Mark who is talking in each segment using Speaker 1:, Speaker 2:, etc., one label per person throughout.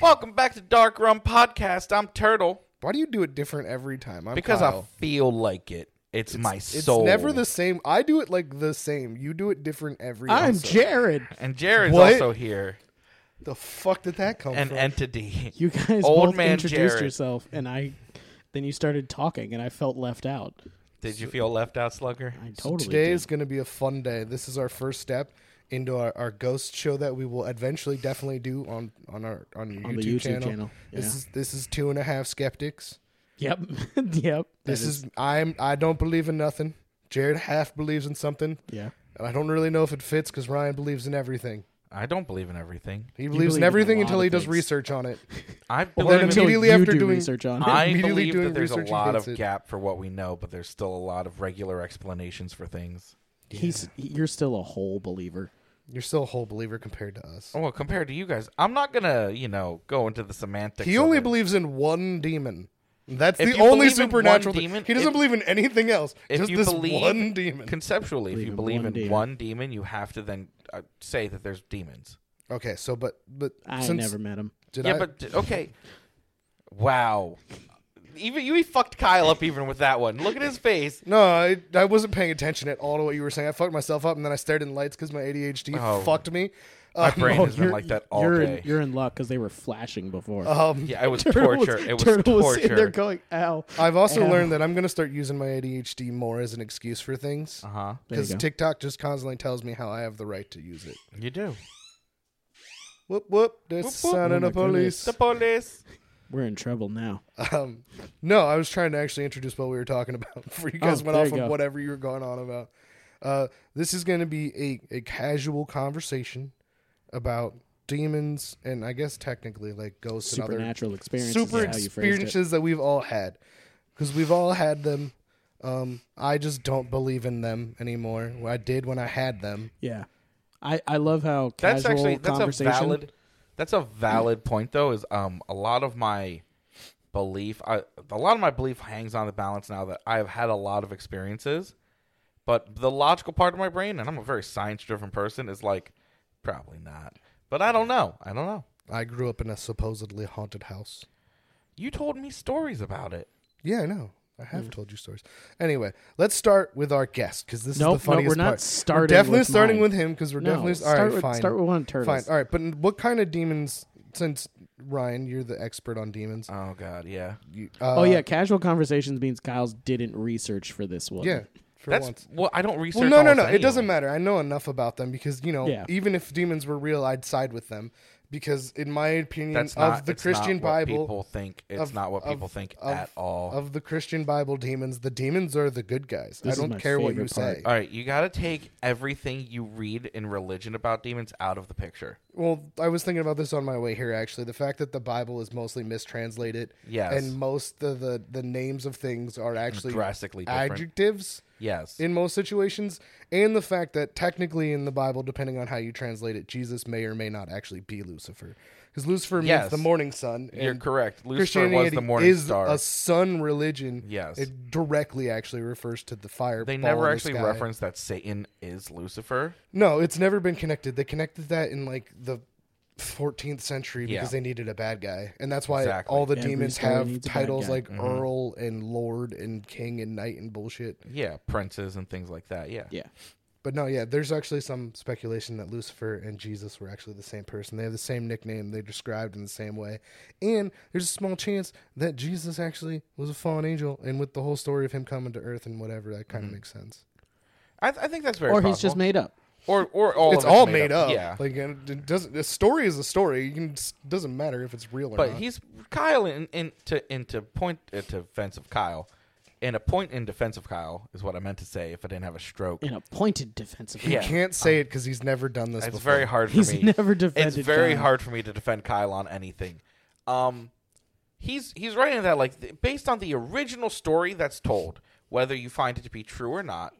Speaker 1: Welcome back to Dark Rum Podcast. I'm Turtle
Speaker 2: Why do you do it different every time? I'm
Speaker 1: because
Speaker 2: Kyle.
Speaker 1: I feel like it. It's, my
Speaker 2: It's
Speaker 1: soul.
Speaker 2: never the same. I do it like the same. You do it different every.
Speaker 3: I'm
Speaker 2: episode.
Speaker 3: Jared.
Speaker 1: And Jared's
Speaker 2: What? Oh,
Speaker 1: also here.
Speaker 2: The fuck did that come
Speaker 1: An
Speaker 2: from?
Speaker 1: entity.
Speaker 3: You guys
Speaker 1: Old
Speaker 3: both
Speaker 1: man
Speaker 3: introduced
Speaker 1: Jared.
Speaker 3: yourself, and I then you started talking, and I felt left out.
Speaker 1: Did you feel left out, Slugger?
Speaker 3: I totally
Speaker 2: Today
Speaker 3: did.
Speaker 2: is going to be a fun day. This is our first step into our, our ghost show that we will eventually definitely do on on our on your
Speaker 3: On
Speaker 2: YouTube,
Speaker 3: the YouTube
Speaker 2: channel.
Speaker 3: channel,
Speaker 2: This
Speaker 3: yeah.
Speaker 2: is this is two and a half skeptics.
Speaker 3: Yep, yep. that
Speaker 2: This is I'm I don't believe in nothing. Jared half believes in something,
Speaker 3: yeah.
Speaker 2: and I don't really know if it fits because Ryan believes in everything.
Speaker 1: I don't believe in everything.
Speaker 2: He believes
Speaker 3: believe in
Speaker 2: in
Speaker 3: a
Speaker 2: everything
Speaker 3: lot
Speaker 2: until
Speaker 3: of
Speaker 2: he does
Speaker 3: things.
Speaker 2: research on it.
Speaker 1: I
Speaker 2: Well,
Speaker 1: believe
Speaker 2: then
Speaker 1: in-
Speaker 2: immediately
Speaker 3: you
Speaker 2: after
Speaker 3: do
Speaker 2: doing-
Speaker 3: research on. it.
Speaker 1: I
Speaker 2: immediately
Speaker 1: believe that
Speaker 2: doing
Speaker 1: there's a
Speaker 2: research
Speaker 1: lot of
Speaker 2: against it.
Speaker 1: gap for what we know, but there's still a lot of regular explanations for things.
Speaker 3: He's you're still a whole believer.
Speaker 2: You're still a whole believer compared to us.
Speaker 1: Well, Oh, compared to you guys, I'm not gonna, you know, go into the semantics.
Speaker 2: He
Speaker 1: of
Speaker 2: only
Speaker 1: it.
Speaker 2: believes in one demon. That's
Speaker 1: If
Speaker 2: the
Speaker 1: you
Speaker 2: only
Speaker 1: believe in one
Speaker 2: supernatural thing.
Speaker 1: demon,
Speaker 2: he doesn't
Speaker 1: if-
Speaker 2: believe in anything else.
Speaker 1: if
Speaker 2: just
Speaker 1: you
Speaker 2: this
Speaker 1: believe
Speaker 2: one demon.
Speaker 1: conceptually, if
Speaker 3: Believe
Speaker 1: you
Speaker 3: in
Speaker 1: believe
Speaker 3: one
Speaker 1: in
Speaker 3: demon.
Speaker 1: one demon, you have to then uh, say that there's demons.
Speaker 2: okay, so but but
Speaker 3: I
Speaker 2: since
Speaker 3: never met him.
Speaker 2: did
Speaker 1: yeah,
Speaker 2: I,
Speaker 1: but d- okay. Wow. Even you fucked Kyle up even with that one. Look at his face.
Speaker 2: no, I, I wasn't paying attention at all to what you were saying. I fucked myself up, and then I stared in lights because my ADHD
Speaker 1: Oh.
Speaker 2: fucked me.
Speaker 1: My
Speaker 2: Um,
Speaker 1: brain
Speaker 3: Oh,
Speaker 1: has been
Speaker 3: you're-
Speaker 1: like that all
Speaker 3: you're
Speaker 1: day.
Speaker 3: In, you're in luck because they were flashing before.
Speaker 2: um,
Speaker 1: yeah, it was
Speaker 3: Turtle
Speaker 1: torture. it was
Speaker 3: Turtle was
Speaker 1: torture. Uh,
Speaker 3: sitting there going, "Ow."
Speaker 2: I've also
Speaker 3: Ow.
Speaker 2: learned that I'm going to start using my ADHD more as an excuse for things
Speaker 1: uh huh.
Speaker 3: There you
Speaker 2: because
Speaker 3: go.
Speaker 2: TikTok just constantly tells me how I have the right to use it.
Speaker 1: You do.
Speaker 2: Whoop whoop! There's
Speaker 1: Whoop,
Speaker 2: the
Speaker 1: whoop.
Speaker 2: sound
Speaker 3: Oh
Speaker 2: of the
Speaker 3: my
Speaker 2: police.
Speaker 3: goodness.
Speaker 1: The police.
Speaker 3: We're in trouble now.
Speaker 2: Um, no, I was trying to actually introduce what we were talking about before you guys
Speaker 3: Oh,
Speaker 2: went
Speaker 3: there
Speaker 2: off
Speaker 3: you
Speaker 2: on
Speaker 3: go.
Speaker 2: whatever you were going on about. Uh, this is going to be a, a casual conversation about demons and I guess technically like ghosts and other
Speaker 3: Supernatural experiences. is
Speaker 2: super
Speaker 3: how you phrased it.
Speaker 2: experiences that we've all had because we've all had them. Um, I just don't believe in them anymore. I did when I had them.
Speaker 3: Yeah, I I love how
Speaker 1: That's
Speaker 3: casual
Speaker 1: actually that's a
Speaker 3: conversation.
Speaker 1: valid. That's a valid point though. Is um a lot of my belief. I, a lot of my belief hangs on the balance now that I've had a lot of experiences, but the logical part of my brain, and I'm a very science driven person, is like probably not. But I don't know. I don't know.
Speaker 2: I grew up in a supposedly haunted house.
Speaker 1: You told me stories about it.
Speaker 2: Yeah, I know. I have
Speaker 3: Hmm.
Speaker 2: told you stories. Anyway, let's start with our guest because this
Speaker 3: Nope,
Speaker 2: is
Speaker 3: nope,
Speaker 2: the funniest
Speaker 3: we're not
Speaker 2: part.
Speaker 3: starting
Speaker 2: We're definitely
Speaker 3: with
Speaker 2: starting
Speaker 3: mine.
Speaker 2: with him because we're
Speaker 3: No,
Speaker 2: definitely
Speaker 3: start
Speaker 2: all right.
Speaker 3: with-
Speaker 2: fine.
Speaker 3: start with one of Turtle's.
Speaker 2: Fine. All right, but what kind of demons? Since Ryan, you're the expert on demons. uh,
Speaker 1: Oh God, yeah.
Speaker 2: you-
Speaker 3: oh
Speaker 2: uh,
Speaker 3: yeah, casual conversations means Kyle's didn't research for this one.
Speaker 2: yeah. For
Speaker 1: That's
Speaker 2: once.
Speaker 1: well. I don't research.
Speaker 2: Well, no, no,
Speaker 1: almost
Speaker 2: no.
Speaker 1: any
Speaker 2: It
Speaker 1: of them.
Speaker 2: doesn't matter. I know enough about them because you know,
Speaker 3: Yeah.
Speaker 2: even if demons were real, I'd side with them because, in my opinion,
Speaker 1: That's
Speaker 2: of
Speaker 1: not
Speaker 2: the
Speaker 1: it's
Speaker 2: Christian
Speaker 1: not what
Speaker 2: Bible,
Speaker 1: people think it's
Speaker 2: of-
Speaker 1: not what
Speaker 2: of-
Speaker 1: people think
Speaker 2: of-
Speaker 1: at all.
Speaker 2: of the Christian Bible demons, the demons are the good guys.
Speaker 3: This is
Speaker 2: I don't
Speaker 3: my
Speaker 2: care what you
Speaker 3: favorite part.
Speaker 2: say.
Speaker 1: All right, you got to take everything you read in religion about demons out of the picture.
Speaker 2: Well, I was thinking about this on my way here. Actually, the fact that the Bible is mostly mistranslated,
Speaker 1: Yes.
Speaker 2: and most of the the names of things are actually
Speaker 1: Drastically different.
Speaker 2: adjectives
Speaker 1: Yes.
Speaker 2: in most situations, and the fact that technically in the Bible, depending on how you translate it, Jesus may or may not actually be Lucifer, because Lucifer
Speaker 1: Yes.
Speaker 2: means the morning sun.
Speaker 1: You're
Speaker 2: and
Speaker 1: correct. Lucifer
Speaker 2: Christianity
Speaker 1: was the morning
Speaker 2: is
Speaker 1: star.
Speaker 2: a sun religion.
Speaker 1: Yes.
Speaker 2: it directly actually refers to the fire.
Speaker 1: They
Speaker 2: ball
Speaker 1: never
Speaker 2: in the
Speaker 1: actually
Speaker 2: sky.
Speaker 1: reference that Satan is Lucifer.
Speaker 2: No, it's never been connected. They connected that in like the 14th century
Speaker 1: Yeah.
Speaker 2: because they needed a bad guy, and that's why
Speaker 1: Exactly. Mm-hmm.
Speaker 2: all the
Speaker 3: Every
Speaker 2: demons
Speaker 3: story
Speaker 2: have
Speaker 3: needs a bad
Speaker 2: titles
Speaker 3: guy.
Speaker 2: like Earl and Lord and King and Knight and bullshit.
Speaker 1: Yeah, princes and things like that. Yeah.
Speaker 3: yeah.
Speaker 2: But no, yeah, there's actually some speculation that Lucifer and Jesus were actually the same person. They have the same nickname. They're described in the same way, and there's a small chance that Jesus actually was a fallen angel. And with the whole story of him coming to Earth and whatever, that
Speaker 1: Mm-hmm.
Speaker 2: kind of makes sense.
Speaker 1: I, I think that's very
Speaker 3: Or
Speaker 1: possible.
Speaker 3: he's just made up.
Speaker 1: or or all
Speaker 2: it's
Speaker 1: of
Speaker 2: all made up.
Speaker 1: Yeah.
Speaker 2: Like and it doesn't. A story is a story. You can doesn't matter if it's real or
Speaker 1: But
Speaker 2: not.
Speaker 1: he's Kyle in, in to into point into defense of Kyle. And a point in defense of Kyle is what I meant to say if I didn't have a stroke.
Speaker 3: In a pointed defensive.
Speaker 1: Yeah.
Speaker 2: He can't say it because he's never done this
Speaker 1: It's
Speaker 2: before. Uh,
Speaker 1: very hard for
Speaker 3: He's
Speaker 1: me.
Speaker 3: never defended
Speaker 1: It's very
Speaker 3: Kyle.
Speaker 1: hard for me to defend Kyle on anything. Um, he's he's writing that like th- based on the original story that's told, whether you find it to be true or not.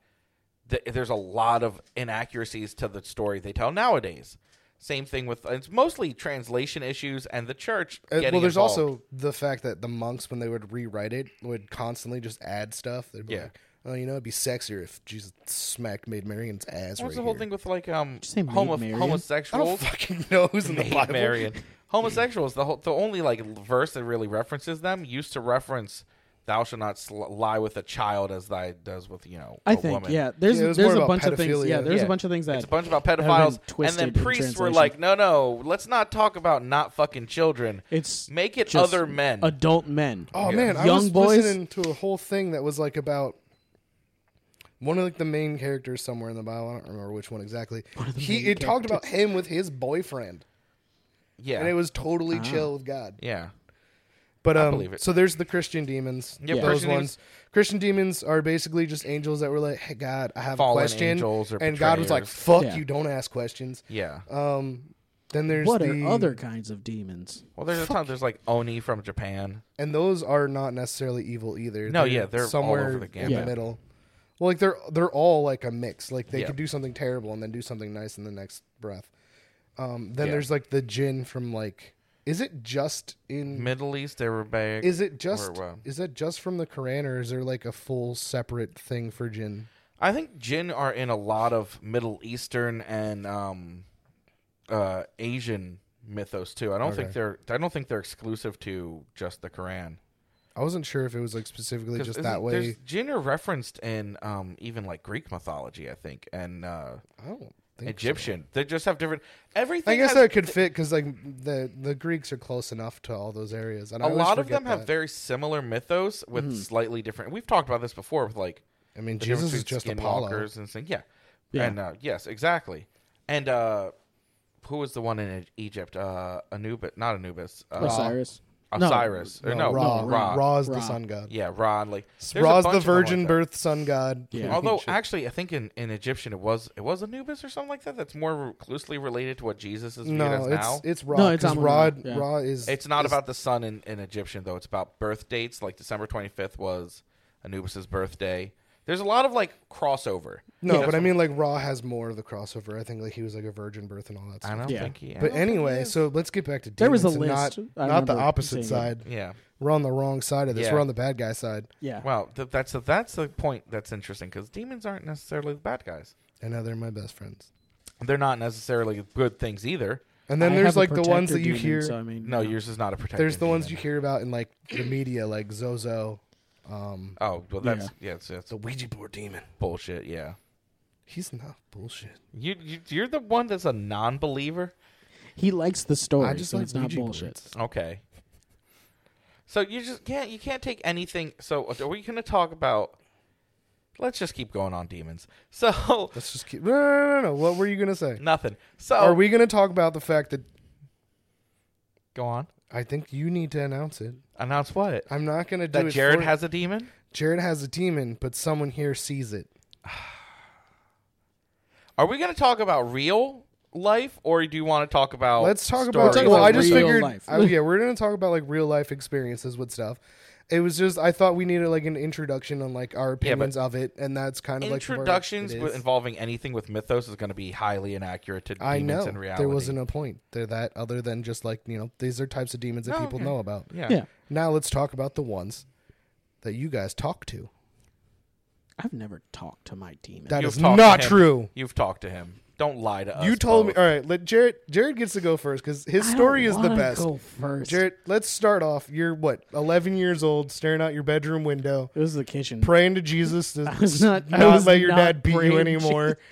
Speaker 1: Th- there's a lot of inaccuracies to the story they tell nowadays. Same thing with it's mostly translation issues and the church.
Speaker 2: Uh,
Speaker 1: getting
Speaker 2: well, there's
Speaker 1: involved.
Speaker 2: also the fact that the monks, when they would rewrite it, would constantly just add stuff. They'd be
Speaker 1: Yeah.
Speaker 2: like, "Oh, you know, it'd be sexier if Jesus smacked Maid Marian's ass."
Speaker 1: what's
Speaker 2: right
Speaker 1: the whole
Speaker 2: here."
Speaker 1: thing with like um
Speaker 3: you say Maid
Speaker 1: homo-
Speaker 3: Marian?
Speaker 2: I don't
Speaker 1: homosexuals.
Speaker 2: fucking know who's in the
Speaker 1: Maid
Speaker 2: Bible.
Speaker 1: Marian. homosexuals the whole, the only like verse that really references them used to reference thou shalt not sl- lie with a child as thy does with you know a
Speaker 3: I think
Speaker 1: woman.
Speaker 3: yeah. There's
Speaker 2: Yeah, it was
Speaker 3: there's
Speaker 2: more
Speaker 3: a
Speaker 2: about
Speaker 3: bunch of things. Yeah,
Speaker 2: pedophilia.
Speaker 3: there's
Speaker 1: Yeah.
Speaker 3: a bunch of things that
Speaker 1: it's a bunch about pedophiles
Speaker 3: been
Speaker 1: and
Speaker 3: twisted
Speaker 1: then
Speaker 3: in
Speaker 1: priests were
Speaker 3: translation.
Speaker 1: like no no let's not talk about not fucking children
Speaker 3: it's
Speaker 1: make it
Speaker 3: just
Speaker 1: other men
Speaker 3: adult men.
Speaker 2: Oh
Speaker 1: Yeah.
Speaker 2: man, I
Speaker 3: Young
Speaker 2: was
Speaker 3: boys?
Speaker 2: listening to a whole thing that was like about one of like the main characters somewhere in the Bible. I don't remember which one exactly. He
Speaker 3: main
Speaker 2: it talked about him with his boyfriend,
Speaker 1: yeah
Speaker 2: and it was totally
Speaker 3: Ah.
Speaker 2: chill with God.
Speaker 1: yeah
Speaker 2: But um,
Speaker 1: believe it.
Speaker 2: so there's the Christian demons.
Speaker 1: Yeah,
Speaker 2: those
Speaker 1: Christian
Speaker 2: ones. Christian demons are basically just angels that were like, "Hey God, I have
Speaker 1: Fallen
Speaker 2: a question,"
Speaker 1: angels or
Speaker 2: and God was like,
Speaker 1: betrayers.
Speaker 2: "Fuck
Speaker 3: Yeah.
Speaker 2: you, don't ask questions."
Speaker 1: yeah
Speaker 2: Um, then there's
Speaker 3: What
Speaker 2: the
Speaker 3: are other kinds of demons?
Speaker 1: well there's a ton there's like oni from japan
Speaker 2: and those are not necessarily evil either.
Speaker 1: No, yeah, they're all
Speaker 2: somewhere
Speaker 1: over the
Speaker 2: in
Speaker 1: gamut.
Speaker 2: the middle. Well, like they're they're all like a mix. Like they
Speaker 1: Yeah.
Speaker 2: could do something terrible and then do something nice in the next breath. Um, then
Speaker 1: Yeah.
Speaker 2: there's like the jinn from like, is it just in?
Speaker 1: middle east arabic
Speaker 2: Mm. Is it just?
Speaker 1: Where, well.
Speaker 2: Is that just from the Quran or is there like a full separate thing for jinn?
Speaker 1: I think Jin are in a lot of Middle Eastern and um, uh, Asian mythos too. I don't think they're I don't think they're exclusive to just the Quran.
Speaker 2: I wasn't sure if it was like specifically
Speaker 1: 'Cause
Speaker 2: just
Speaker 1: isn't-
Speaker 2: that
Speaker 1: there's-
Speaker 2: way.
Speaker 1: Jin are referenced in um, even like Greek mythology, I think, and uh,
Speaker 2: I don't think
Speaker 1: Egyptian. They just have different everything.
Speaker 2: I guess
Speaker 1: has,
Speaker 2: that could fit because like the the Greeks are close enough to all those areas, and I
Speaker 1: a
Speaker 2: always
Speaker 1: lot of
Speaker 2: forget
Speaker 1: them have
Speaker 2: that. Mm-hmm.
Speaker 1: very similar mythos with slightly different. We've talked about this before with like
Speaker 2: I mean,
Speaker 1: the difference
Speaker 2: Jesus is just
Speaker 1: between
Speaker 2: Apollo.
Speaker 1: skinwalkers and things. Yeah.
Speaker 3: Yeah.
Speaker 1: And uh, yes, exactly. And uh, who was the one in E- Egypt? Uh, Anubis, not Anubis. Uh,
Speaker 3: Osiris. No.
Speaker 1: Osiris. or no,
Speaker 2: Ra.
Speaker 1: Ra.
Speaker 2: Ra. Ra is the
Speaker 3: Ra.
Speaker 2: sun god.
Speaker 1: Yeah, Ra. Like there's a
Speaker 2: Ra's
Speaker 1: bunch
Speaker 2: the
Speaker 1: of them like
Speaker 2: virgin
Speaker 1: that.
Speaker 2: birth sun god.
Speaker 3: Yeah.
Speaker 1: Although
Speaker 2: Shit.
Speaker 1: actually, I think in, in Egyptian it was it was Anubis or something like that. That's more closely related to what Jesus is viewed as
Speaker 2: no,
Speaker 1: now.
Speaker 2: it's it's Ra.
Speaker 3: No, it's
Speaker 2: 'cause
Speaker 3: Amun
Speaker 2: Ra,
Speaker 3: Ra, yeah.
Speaker 2: Ra is
Speaker 1: It's not
Speaker 2: is-
Speaker 1: about the sun in, in Egyptian though. It's about birth dates. Like December 25th was Anubis's birthday. There's a lot of like crossover.
Speaker 2: no,
Speaker 1: That's
Speaker 2: but I
Speaker 1: what-
Speaker 2: mean like Ra has more of the crossover. I think like he was like a virgin birth and all that
Speaker 1: I
Speaker 2: stuff.
Speaker 1: don't
Speaker 3: Yeah.
Speaker 1: think he. I
Speaker 2: But
Speaker 1: don't think he
Speaker 2: anyway,
Speaker 1: is.
Speaker 2: so let's get back to demons.
Speaker 3: There was a
Speaker 2: and
Speaker 3: list. I
Speaker 2: not, not the
Speaker 3: remember
Speaker 2: opposite
Speaker 3: seeing it.
Speaker 2: side.
Speaker 1: yeah.
Speaker 2: We're on the wrong side of this.
Speaker 1: Yeah.
Speaker 2: We're on the bad guy side.
Speaker 3: Yeah.
Speaker 1: Well, th- that's the that's the point that's interesting because demons aren't necessarily the bad guys.
Speaker 2: And now they're my best friends.
Speaker 1: They're not necessarily good things either.
Speaker 2: And then
Speaker 3: I have
Speaker 2: there's
Speaker 3: a
Speaker 2: like the ones
Speaker 3: protector
Speaker 2: that you
Speaker 3: demon,
Speaker 2: hear.
Speaker 3: So, I mean,
Speaker 1: No,
Speaker 3: you know.
Speaker 1: yours is not a protector.
Speaker 2: there's the ones you
Speaker 1: demon.
Speaker 2: hear about in like the media, like Zozo, um,
Speaker 1: Oh, well, that's yeah, it's, it's
Speaker 2: the Ouija board demon.
Speaker 1: bullshit. Yeah,
Speaker 2: He's not bullshit.
Speaker 1: you, you you're the one that's a non-believer.
Speaker 3: he likes the story,
Speaker 2: I just
Speaker 3: so
Speaker 2: like
Speaker 3: it's not
Speaker 2: Ouija
Speaker 3: bullshit.
Speaker 2: boards.
Speaker 1: Okay. So you just can't you can't take anything. So are we going to talk about? Let's just keep going on demons. So
Speaker 2: Let's just keep. No, no, no, no. What were you gonna say?
Speaker 1: nothing. So
Speaker 2: Are we gonna talk about the fact that
Speaker 1: go on?
Speaker 2: I think you need to announce it?
Speaker 1: Announce what
Speaker 2: I'm not gonna do
Speaker 1: that
Speaker 2: it.
Speaker 1: Jared
Speaker 2: for-
Speaker 1: has a demon.
Speaker 2: Jared has a demon, but someone here sees it.
Speaker 1: Are we going to talk about real life, or do you want to talk about?
Speaker 2: Let's talk
Speaker 1: stories?
Speaker 2: about.
Speaker 3: Talk
Speaker 2: well,
Speaker 3: about
Speaker 2: I just
Speaker 3: real
Speaker 2: figured.
Speaker 3: life.
Speaker 2: I- yeah, we're gonna talk about like real life experiences with stuff. It was just I thought we needed like an introduction on like our
Speaker 1: Yeah, but-
Speaker 2: opinions of it, and that's kind of like where it
Speaker 1: introductions
Speaker 2: is.
Speaker 1: with involving anything with mythos is going to be highly inaccurate to
Speaker 2: I
Speaker 1: demons
Speaker 2: know
Speaker 1: in reality.
Speaker 2: there wasn't a point there that other than just like you know these are types of demons that
Speaker 1: No,
Speaker 2: people
Speaker 1: yeah.
Speaker 2: know about.
Speaker 1: yeah.
Speaker 3: Yeah.
Speaker 2: Now let's talk about the ones that you guys talk to.
Speaker 3: I've never talked to my demon.
Speaker 2: That
Speaker 1: You've
Speaker 2: is
Speaker 1: talked
Speaker 2: not
Speaker 1: to him.
Speaker 2: true.
Speaker 1: You've talked to him. Don't lie to us.
Speaker 2: You told me.
Speaker 1: both.
Speaker 2: All right, let Jared. Jared gets to go first because his
Speaker 3: I
Speaker 2: story
Speaker 3: don't
Speaker 2: is the
Speaker 3: wanna
Speaker 2: best.
Speaker 3: Go first.
Speaker 2: Jared, let's start off. You're what, 11 years old, staring out your bedroom window,
Speaker 3: it was the kitchen.
Speaker 2: praying to Jesus to
Speaker 3: I was not. I
Speaker 2: not
Speaker 3: was
Speaker 2: let your
Speaker 3: not
Speaker 2: dad beat
Speaker 3: praying
Speaker 2: you anymore.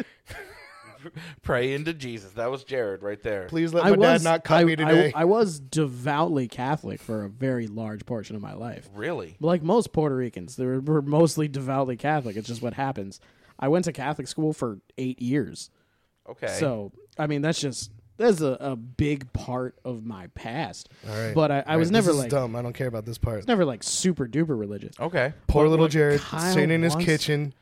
Speaker 1: Pray into Jesus. That was Jared right there.
Speaker 2: Please let
Speaker 3: I
Speaker 2: my
Speaker 3: was
Speaker 2: dad not cut
Speaker 3: I,
Speaker 2: me today.
Speaker 3: I, I was devoutly Catholic for a very large portion of my life.
Speaker 1: Really?
Speaker 3: Like most Puerto Ricans, they were, were mostly devoutly Catholic. It's just what happens. I went to Catholic school for eight years,
Speaker 1: Okay.
Speaker 3: so I mean that's just that's a, a big part of my past.
Speaker 2: All right.
Speaker 3: But I, I
Speaker 2: All
Speaker 3: was
Speaker 2: right,
Speaker 3: never
Speaker 2: this is
Speaker 3: like
Speaker 2: dumb. I don't care about this part.
Speaker 3: never like super duper religious.
Speaker 1: okay.
Speaker 2: Poor
Speaker 3: But
Speaker 2: little
Speaker 3: what
Speaker 2: Jared,
Speaker 3: Kyle
Speaker 2: sitting in his
Speaker 3: wants-
Speaker 2: kitchen,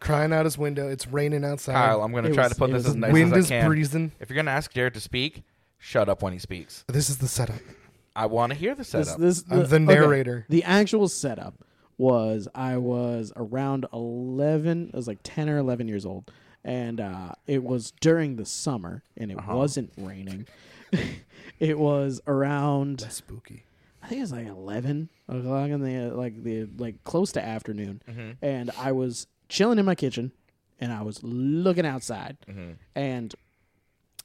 Speaker 2: crying out his window. It's raining outside.
Speaker 1: Kyle, I'm going to
Speaker 3: It
Speaker 1: try
Speaker 3: was-
Speaker 1: to put
Speaker 3: it
Speaker 1: this
Speaker 3: was
Speaker 1: as nice
Speaker 2: Wind
Speaker 1: as I
Speaker 2: is
Speaker 1: can.
Speaker 2: breezing.
Speaker 1: If you're going to ask Jared to speak, shut up when he speaks.
Speaker 2: This is the setup.
Speaker 1: I want to hear the
Speaker 3: This,
Speaker 1: setup.
Speaker 3: this,
Speaker 2: I'm the narrator.
Speaker 3: The actual setup was I was around 11, I was like 10 or 11 years old. And uh, it was during the summer and it wasn't raining. it was around,
Speaker 2: Spooky.
Speaker 3: I think it was like 11 o'clock in the, like, the, like close to afternoon.
Speaker 1: Mm-hmm.
Speaker 3: And I was chilling in my kitchen and I was looking
Speaker 1: Mm-hmm.
Speaker 3: outside. And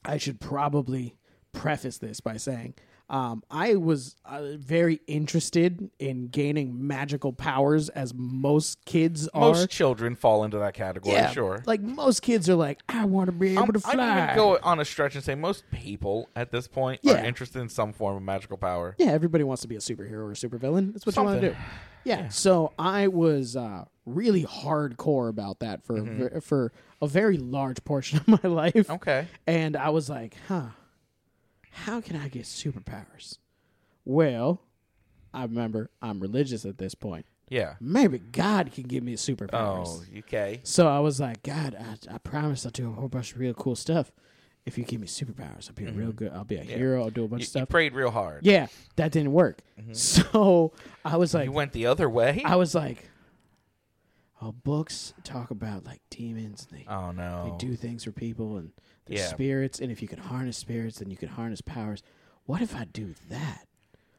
Speaker 3: I should probably preface this by saying Um, I was uh, very interested in gaining magical powers, as most kids are.
Speaker 1: Most children fall into that category, sure.
Speaker 3: Like most kids are like, I want to be able to fly.
Speaker 1: I'd even go on a stretch and say most people at this point
Speaker 3: Yeah.
Speaker 1: are interested in some form of magical power.
Speaker 3: yeah, everybody wants to be a superhero or a supervillain. That's what you want to do.
Speaker 1: Something.
Speaker 3: Yeah. So I was uh, really hardcore about that for
Speaker 1: Mm-hmm.
Speaker 3: a ver for a very large portion of my life.
Speaker 1: Okay.
Speaker 3: And I was like, huh, how can I get superpowers? Well, I remember I'm religious at this point.
Speaker 1: Yeah.
Speaker 3: Maybe God can give me superpowers.
Speaker 1: Oh, okay.
Speaker 3: So I was like, God, I, I promise I'll do a whole bunch of real cool stuff. If you give me superpowers, I'll be a real good. I'll be a hero. I'll do a
Speaker 1: Mm-hmm.
Speaker 3: bunch
Speaker 1: You,
Speaker 3: of
Speaker 1: you
Speaker 3: stuff.
Speaker 1: prayed real hard.
Speaker 3: yeah, that didn't work. So I was like,
Speaker 1: You went the other way.
Speaker 3: I was like, oh, books talk about like demons. And they
Speaker 1: oh no.
Speaker 3: they do things for people and their
Speaker 1: Yeah.
Speaker 3: spirits. And if you can harness spirits, then you can harness powers. What if I do that?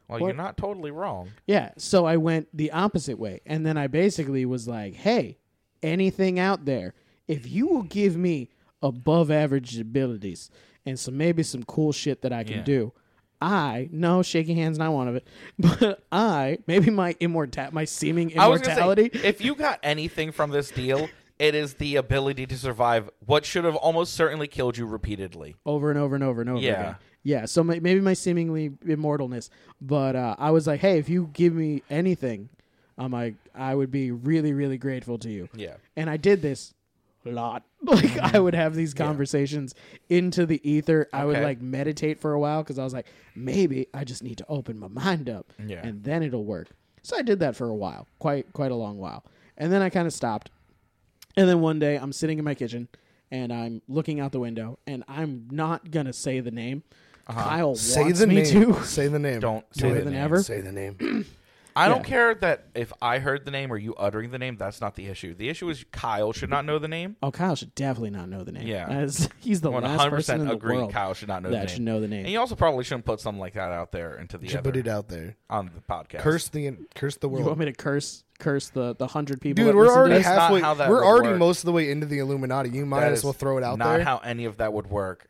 Speaker 1: Well,
Speaker 3: What-
Speaker 1: you're not totally wrong.
Speaker 3: Yeah. So I went the opposite way. And then I basically was like, hey, anything out there, if you will give me above average abilities and some maybe some cool shit that I can
Speaker 1: Yeah.
Speaker 3: do. I no shaky hands not one of it, but I maybe my immortality, my seeming
Speaker 1: I was gonna
Speaker 3: immortality.
Speaker 1: Say, if you got anything from this deal, it is the ability to survive what should have almost certainly killed you repeatedly.
Speaker 3: over and over and over and over
Speaker 1: Yeah.
Speaker 3: again. Yeah. So my, maybe my seemingly immortalness, but uh, I was like, hey, if you give me anything, I'm like, I would be really, really grateful to you.
Speaker 1: Yeah. Mm-hmm.
Speaker 3: And I did this a lot. Like I would have these conversations into the ether. I would
Speaker 1: Okay.
Speaker 3: like meditate for a while because I was like, maybe I just need to open my mind up,
Speaker 1: Yeah.
Speaker 3: and then it'll work. So I did that for a while, quite quite a long while, and then I kind of stopped. And then one day I'm sitting in my kitchen and I'm looking out the window and I'm not gonna say the name.
Speaker 1: Uh-huh.
Speaker 3: Kyle wants
Speaker 2: Say the
Speaker 3: me
Speaker 2: name.
Speaker 3: to.
Speaker 2: Say the name.
Speaker 1: Don't
Speaker 2: Do
Speaker 1: say
Speaker 2: it.
Speaker 1: the
Speaker 3: than
Speaker 1: name.
Speaker 3: ever.
Speaker 2: Say the name.
Speaker 1: I don't
Speaker 3: Yeah.
Speaker 1: care that if I heard the name or you uttering the name, that's not the issue. The issue is Kyle should not know the name.
Speaker 3: Oh, Kyle should definitely not know the name.
Speaker 1: Yeah.
Speaker 3: That's- he's the
Speaker 1: One
Speaker 3: last
Speaker 1: hundred
Speaker 3: person in
Speaker 1: percent
Speaker 3: the
Speaker 1: agree.
Speaker 3: world
Speaker 1: Kyle should not know the
Speaker 3: that
Speaker 1: name.
Speaker 3: should know the name.
Speaker 1: And you also probably shouldn't put something like that out there into the
Speaker 2: Should put
Speaker 1: ether
Speaker 2: it out there.
Speaker 1: on the podcast.
Speaker 2: Curse the curse the
Speaker 3: You want
Speaker 2: world.
Speaker 3: me to curse curse the the hundred people?
Speaker 2: Dude,
Speaker 3: that
Speaker 2: we're
Speaker 3: listen to
Speaker 2: already
Speaker 3: this?
Speaker 1: That's not
Speaker 2: halfway.
Speaker 1: how that
Speaker 2: We're
Speaker 1: would
Speaker 2: already
Speaker 1: work.
Speaker 2: most of the way into the Illuminati. You might
Speaker 1: That
Speaker 2: as
Speaker 1: is
Speaker 2: well throw it out
Speaker 1: not
Speaker 2: there.
Speaker 1: how any of that would work.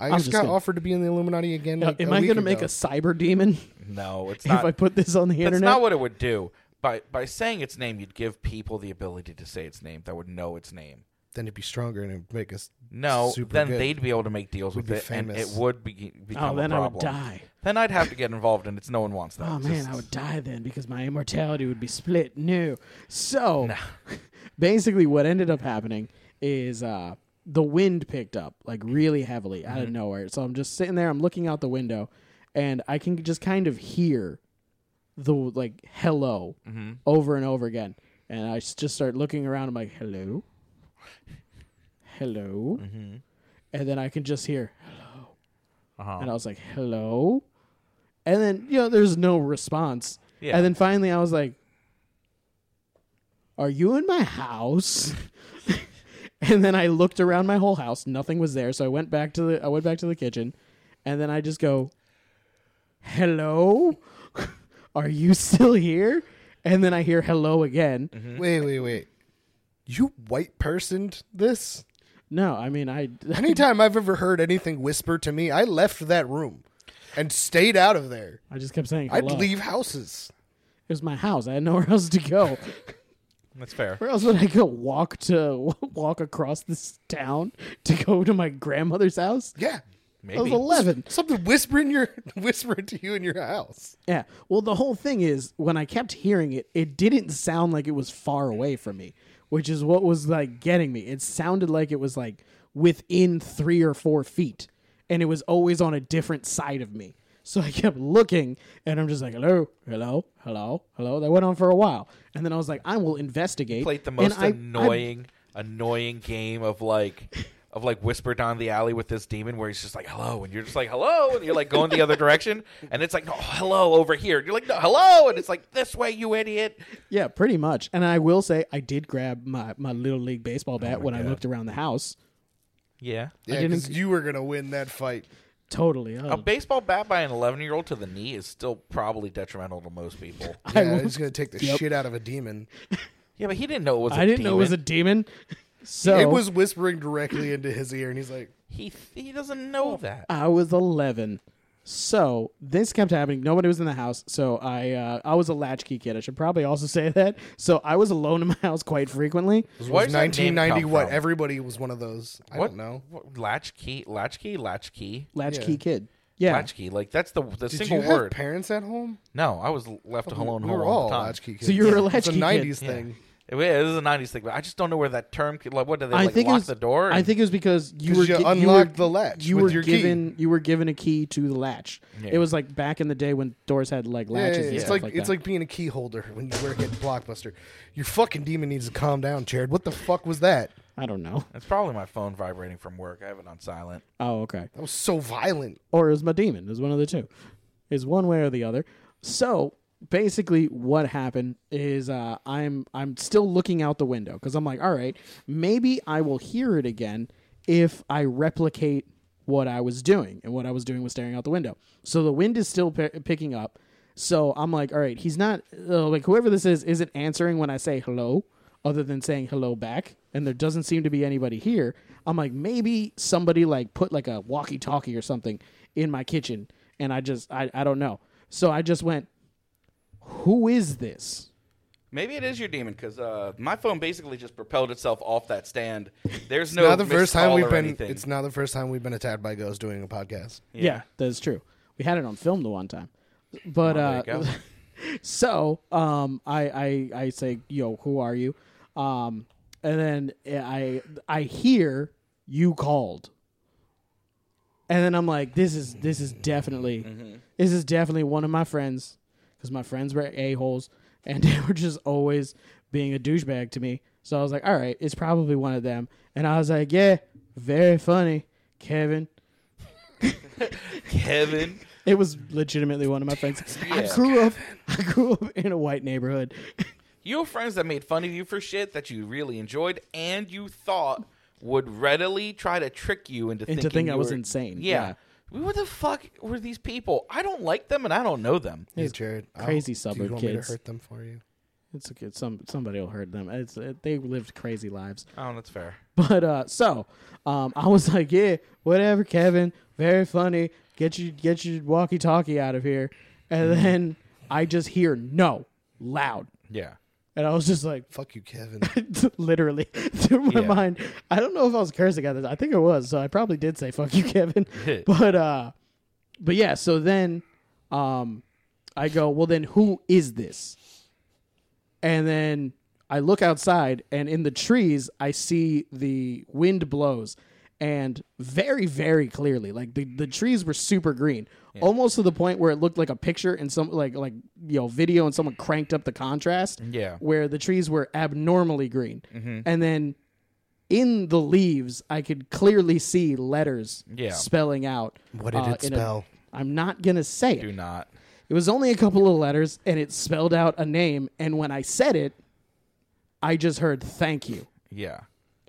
Speaker 2: I
Speaker 3: I'm
Speaker 2: just,
Speaker 3: just
Speaker 2: got
Speaker 3: gonna-
Speaker 2: offered to be in the Illuminati again. like,
Speaker 3: Am
Speaker 2: I
Speaker 3: I
Speaker 2: going
Speaker 3: gonna
Speaker 2: to
Speaker 3: make a cyber demon
Speaker 1: No, it's
Speaker 3: if
Speaker 1: not.
Speaker 3: I put this on the
Speaker 1: that's
Speaker 3: internet?
Speaker 1: not what it would do. By by saying its name, you'd give people the ability to say its name that would know its name.
Speaker 2: Then it'd be stronger and it'd make us.
Speaker 1: No,
Speaker 2: super
Speaker 1: then
Speaker 2: good.
Speaker 1: they'd be able to make deals
Speaker 2: We'd
Speaker 1: with
Speaker 2: be
Speaker 1: it, and it
Speaker 2: famous.
Speaker 1: would be,
Speaker 3: oh,
Speaker 1: become
Speaker 3: then
Speaker 1: a
Speaker 3: I would
Speaker 1: problem.
Speaker 3: die.
Speaker 1: Then I'd have to get involved, and it's no one wants that.
Speaker 3: Oh
Speaker 1: It's
Speaker 3: man,
Speaker 1: just-
Speaker 3: I would die then because my immortality would be split. No, so basically, what ended up happening is uh, the wind picked up like really heavily out of nowhere. So I'm just sitting there, I'm looking out the window, and I can just kind of hear the like hello over and over again. And I s- just start looking around. I'm like, hello, hello, and then I can just hear
Speaker 1: Uh-huh.
Speaker 3: and I was like, "Hello," and then you know, there's no response.
Speaker 1: Yeah.
Speaker 3: And then finally, I was like, "Are you in my house?" and then I looked around my whole house. Nothing was there, so I went back to the I went back to the kitchen, and then I just go, "Hello, are you still here?" And then I hear "Hello" again.
Speaker 1: Mm.
Speaker 2: Wait, wait, wait. You white personed this?
Speaker 3: No, I mean I.
Speaker 2: Anytime I've ever heard anything whispered to me, I left that room and stayed out of there.
Speaker 3: I just kept saying
Speaker 2: I'd
Speaker 3: hello.
Speaker 2: leave houses.
Speaker 3: It was my house. I had nowhere else to go.
Speaker 1: That's fair.
Speaker 3: Where else would I go? Walk to walk across this town to go to my grandmother's house?
Speaker 2: Yeah.
Speaker 3: I was
Speaker 1: Maybe.
Speaker 3: eleven.
Speaker 2: Something whispering your whispering to you in your house.
Speaker 3: Yeah. Well, the whole thing is when I kept hearing it, it didn't sound like it was far away from me, which is what was like getting me. It sounded like it was like within three or four feet, and it was always on a different side of me. So I kept looking, and I'm just like, "Hello, hello, hello, hello." That went on for a while, and then I was like, "I will investigate."
Speaker 1: Played the
Speaker 3: And
Speaker 1: most
Speaker 3: I- I-
Speaker 1: annoying, annoying game of like, of like whisper down the alley with this demon, where he's just like hello, and you're just like hello, and you're like going the other direction, and it's like no hello over here, and you're like no hello, and it's like this way, you idiot.
Speaker 3: Yeah, pretty much. And I will say, I did grab my, my little league baseball
Speaker 2: Oh
Speaker 3: bat when I looked around the house.
Speaker 1: Yeah.
Speaker 2: Yeah,
Speaker 3: didn't-
Speaker 2: because you were gonna win that fight.
Speaker 3: Totally. Oh,
Speaker 1: A baseball bat by an 11 year old to the knee is still probably detrimental to most people.
Speaker 2: Yeah, I was gonna take the
Speaker 3: Yep.
Speaker 2: shit out of a demon.
Speaker 1: yeah, but he didn't know it was. I
Speaker 3: I didn't know it was a demon. So
Speaker 2: It was whispering directly into his ear, and he's like,
Speaker 3: uh,
Speaker 1: He he doesn't know that.
Speaker 3: I was eleven. So this kept happening. Nobody was in the house. So I uh, I was a latchkey kid. I should probably also say that. So I was alone in my house quite frequently.
Speaker 2: It
Speaker 1: Where's
Speaker 2: was
Speaker 1: that name
Speaker 2: 1990.
Speaker 1: come
Speaker 2: What?
Speaker 1: from?
Speaker 2: Everybody was one of those. I
Speaker 1: What?
Speaker 2: don't know.
Speaker 1: What, latchkey, latchkey, latchkey,
Speaker 3: Latchkey
Speaker 2: Yeah.
Speaker 3: kid. Yeah.
Speaker 1: latchkey. Like that's the the
Speaker 2: Did
Speaker 1: single
Speaker 2: you
Speaker 1: word.
Speaker 2: have parents at home?
Speaker 1: no, I was left alone
Speaker 2: we
Speaker 1: home
Speaker 2: were
Speaker 1: all
Speaker 2: all
Speaker 1: the time.
Speaker 2: latchkey kids.
Speaker 3: So you were a
Speaker 2: It's
Speaker 3: latchkey
Speaker 2: a
Speaker 3: kid.
Speaker 2: 90s
Speaker 1: Yeah.
Speaker 2: thing.
Speaker 1: It was a '90s thing, but I just don't know where that term. Like, what did they
Speaker 3: I
Speaker 1: like,
Speaker 3: think it
Speaker 1: lock
Speaker 3: was,
Speaker 1: the door?
Speaker 3: I think it was because you
Speaker 2: 'Cause
Speaker 3: were
Speaker 2: you
Speaker 3: gi-
Speaker 2: unlocked
Speaker 3: were-
Speaker 2: the latch
Speaker 3: You
Speaker 2: with
Speaker 3: were
Speaker 2: your key.
Speaker 3: given you were given a key to the latch.
Speaker 1: Yeah.
Speaker 3: It was like back in the day when doors had like
Speaker 2: Yeah, yeah,
Speaker 3: latches.
Speaker 2: yeah.
Speaker 3: and
Speaker 2: It's
Speaker 3: stuff
Speaker 2: like,
Speaker 3: like
Speaker 2: it's
Speaker 3: that.
Speaker 2: like being a key holder when you work at Blockbuster. Your fucking demon needs to calm down, Jared. What the fuck was that?
Speaker 3: I don't know.
Speaker 1: it's probably my phone vibrating from work. I have it on silent.
Speaker 3: Oh okay.
Speaker 2: That was so violent.
Speaker 3: or is my demon is one of the two is one way or the other so basically what happened is uh, i'm i'm still looking out the window because i'm like all right maybe i will hear it again if i replicate what i was doing and what i was doing was staring out the window so the wind is still p- picking up so i'm like all right he's not uh, like whoever this is isn't answering when i say hello other than saying hello back and there doesn't seem to be anybody here i'm like maybe somebody like put like a walkie talkie or something in my kitchen and i just I, I don't know so i just went who is this
Speaker 4: Maybe it is your demon because uh, my phone basically just propelled itself off that stand. There's no
Speaker 2: Now the first time we've been.
Speaker 4: Anything.
Speaker 2: It's now the first time we've been attacked by ghosts doing a podcast.
Speaker 3: yeah, that's true we had it on film the one time but
Speaker 1: Well, Oh, there you
Speaker 3: uh
Speaker 1: go.
Speaker 3: so um I, I i say yo who are you um and then i i hear you called and then i'm like this is this is definitely
Speaker 1: Mm-hmm.
Speaker 3: this is definitely one of my friends because my friends were a-holes and they were just always being a douchebag to me so i was like all right it's probably one of them and i was like yeah very funny kevin
Speaker 4: Kevin.
Speaker 3: it was legitimately one of my friends. I grew up. I grew up in a white neighborhood.
Speaker 1: You have friends that made fun of you for shit that you really enjoyed and you thought would readily try to trick you into,
Speaker 3: Into
Speaker 1: thinking
Speaker 3: thinking I
Speaker 1: you
Speaker 3: was
Speaker 1: were-
Speaker 3: insane,
Speaker 1: Yeah. What the fuck were these people? I don't like them and I don't know them.
Speaker 2: Hey, Jared. I'll-
Speaker 3: crazy
Speaker 2: do
Speaker 3: suburb
Speaker 2: you want Me
Speaker 3: kids.
Speaker 2: to hurt them for you.
Speaker 3: It's okay. Some somebody will hurt them. It's it, they lived crazy lives.
Speaker 1: Oh, that's fair.
Speaker 3: But uh, so um, I was like, yeah, whatever, Kevin. Very funny. Get you get your walkie talkie out of here. And then I just hear no loud,
Speaker 1: Yeah.
Speaker 3: and I was just like,
Speaker 2: Fuck you, Kevin.
Speaker 3: literally through my
Speaker 1: Yeah.
Speaker 3: mind. I don't know if I was cursing at this. I think I was, so I probably did say "fuck you, Kevin." but uh, but yeah. So then, um, I go. Well, then who is this? And then I look outside, and in the trees, I see the wind blows, and very, very clearly, like the, the trees were super green, almost to the point where it looked like a picture and some like like you know video, and someone cranked up the contrast.
Speaker 1: Yeah.
Speaker 3: where the trees were abnormally green,
Speaker 1: Mm-hmm.
Speaker 3: and then in the leaves, I could clearly see letters
Speaker 1: Yeah.
Speaker 3: spelling out.
Speaker 2: What did it
Speaker 3: Uh, in
Speaker 2: spell?
Speaker 3: A, I'm not gonna say it.
Speaker 1: Do not.
Speaker 3: It was only a couple of letters and it spelled out a name. And when I said it, I just heard thank you.
Speaker 1: Yeah.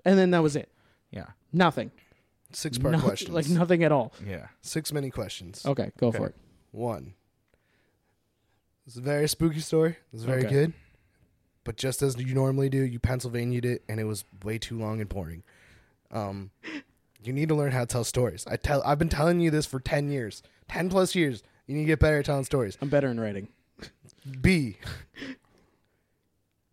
Speaker 3: And then that was it.
Speaker 1: Yeah.
Speaker 3: Nothing.
Speaker 2: Six part
Speaker 3: Noth-
Speaker 2: questions.
Speaker 3: Like nothing at all.
Speaker 1: Yeah.
Speaker 2: Six mini questions.
Speaker 3: Okay, go for it.
Speaker 2: One. It's a very spooky story. It was very
Speaker 3: Okay.
Speaker 2: good. But just as you normally do, you Pennsylvania'd it and it was way too long and boring. Um you need to learn how to tell stories. I tell I've been telling you this for ten years. Ten plus years. You need to get better at telling stories.
Speaker 3: I'm better in writing.
Speaker 2: B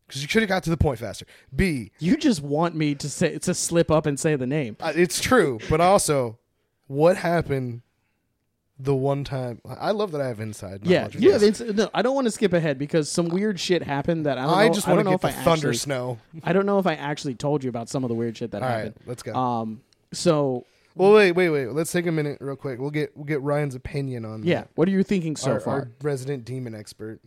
Speaker 2: because you should have got to the point faster. B
Speaker 3: You just want me to say to slip up and say the name.
Speaker 2: Uh, it's true, but also, what happened the one time? I love that I have inside.
Speaker 3: Yeah,
Speaker 2: knowledge of
Speaker 3: you
Speaker 2: this.
Speaker 3: have ins- no, I don't want to skip ahead because some weird shit happened that I don't know.
Speaker 2: I just
Speaker 3: I
Speaker 2: want
Speaker 3: don't
Speaker 2: to
Speaker 3: know
Speaker 2: get
Speaker 3: if
Speaker 2: the
Speaker 3: I
Speaker 2: thunder
Speaker 3: actually,
Speaker 2: snow.
Speaker 3: I don't know if I actually told you about some of the weird shit that
Speaker 2: All right,
Speaker 3: happened.
Speaker 2: let's go.
Speaker 3: Um, so
Speaker 2: well, wait, wait, wait. Let's take a minute, real quick. We'll get we'll get Ryan's opinion on
Speaker 3: yeah,
Speaker 2: that.
Speaker 3: what are you thinking so
Speaker 2: our,
Speaker 3: far?
Speaker 2: our resident demon expert.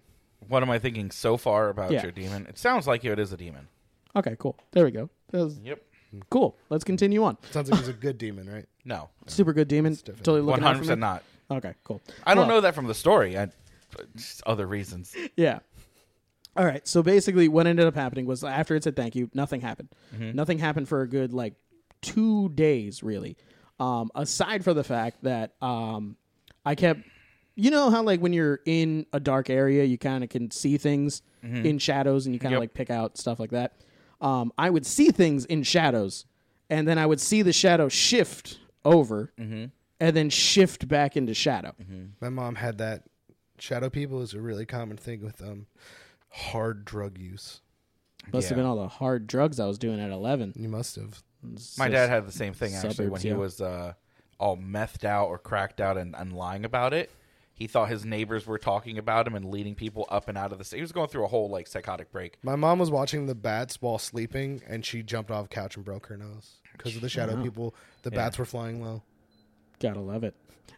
Speaker 1: What am I thinking so far about
Speaker 3: Yeah.
Speaker 1: your demon? It sounds like it is a demon.
Speaker 3: Okay, cool. There we go. That was
Speaker 1: Yep.
Speaker 3: cool. Let's continue on.
Speaker 2: Sounds like he's a good demon, right?
Speaker 1: No.
Speaker 3: Super good demon. Totally
Speaker 1: One
Speaker 3: looking out
Speaker 1: hundred
Speaker 3: for me.
Speaker 1: percent not.
Speaker 3: Okay, cool.
Speaker 1: I don't
Speaker 3: Well,
Speaker 1: know that from the story. I just other reasons.
Speaker 3: Yeah. All right. So basically, what ended up happening was after it said thank you, nothing happened. Nothing happened for a good like two days, really. Um, aside from the fact that um, I kept, you know how like when you're in a dark area, you kind of can see things in shadows, and you kind of
Speaker 1: Yep.
Speaker 3: like pick out stuff like that. Um, I would see things in shadows, and then I would see the shadow shift over, and then shift back into shadow.
Speaker 2: My mom had that. Shadow people is a really common thing with um hard drug use.
Speaker 3: Must have been all the hard drugs I was doing at eleven.
Speaker 2: You must have.
Speaker 1: My
Speaker 3: So-
Speaker 1: dad had the same thing actually when
Speaker 3: suburbs,
Speaker 1: he
Speaker 3: yeah.
Speaker 1: was uh, all methed out or cracked out and, and lying about it. He thought his neighbors were talking about him and leading people up and out of the city. He was going through a whole like psychotic break.
Speaker 2: My mom was watching the bats while sleeping, and she jumped off couch and broke her nose because of the shadow people. The bats were flying low.
Speaker 3: Gotta love it.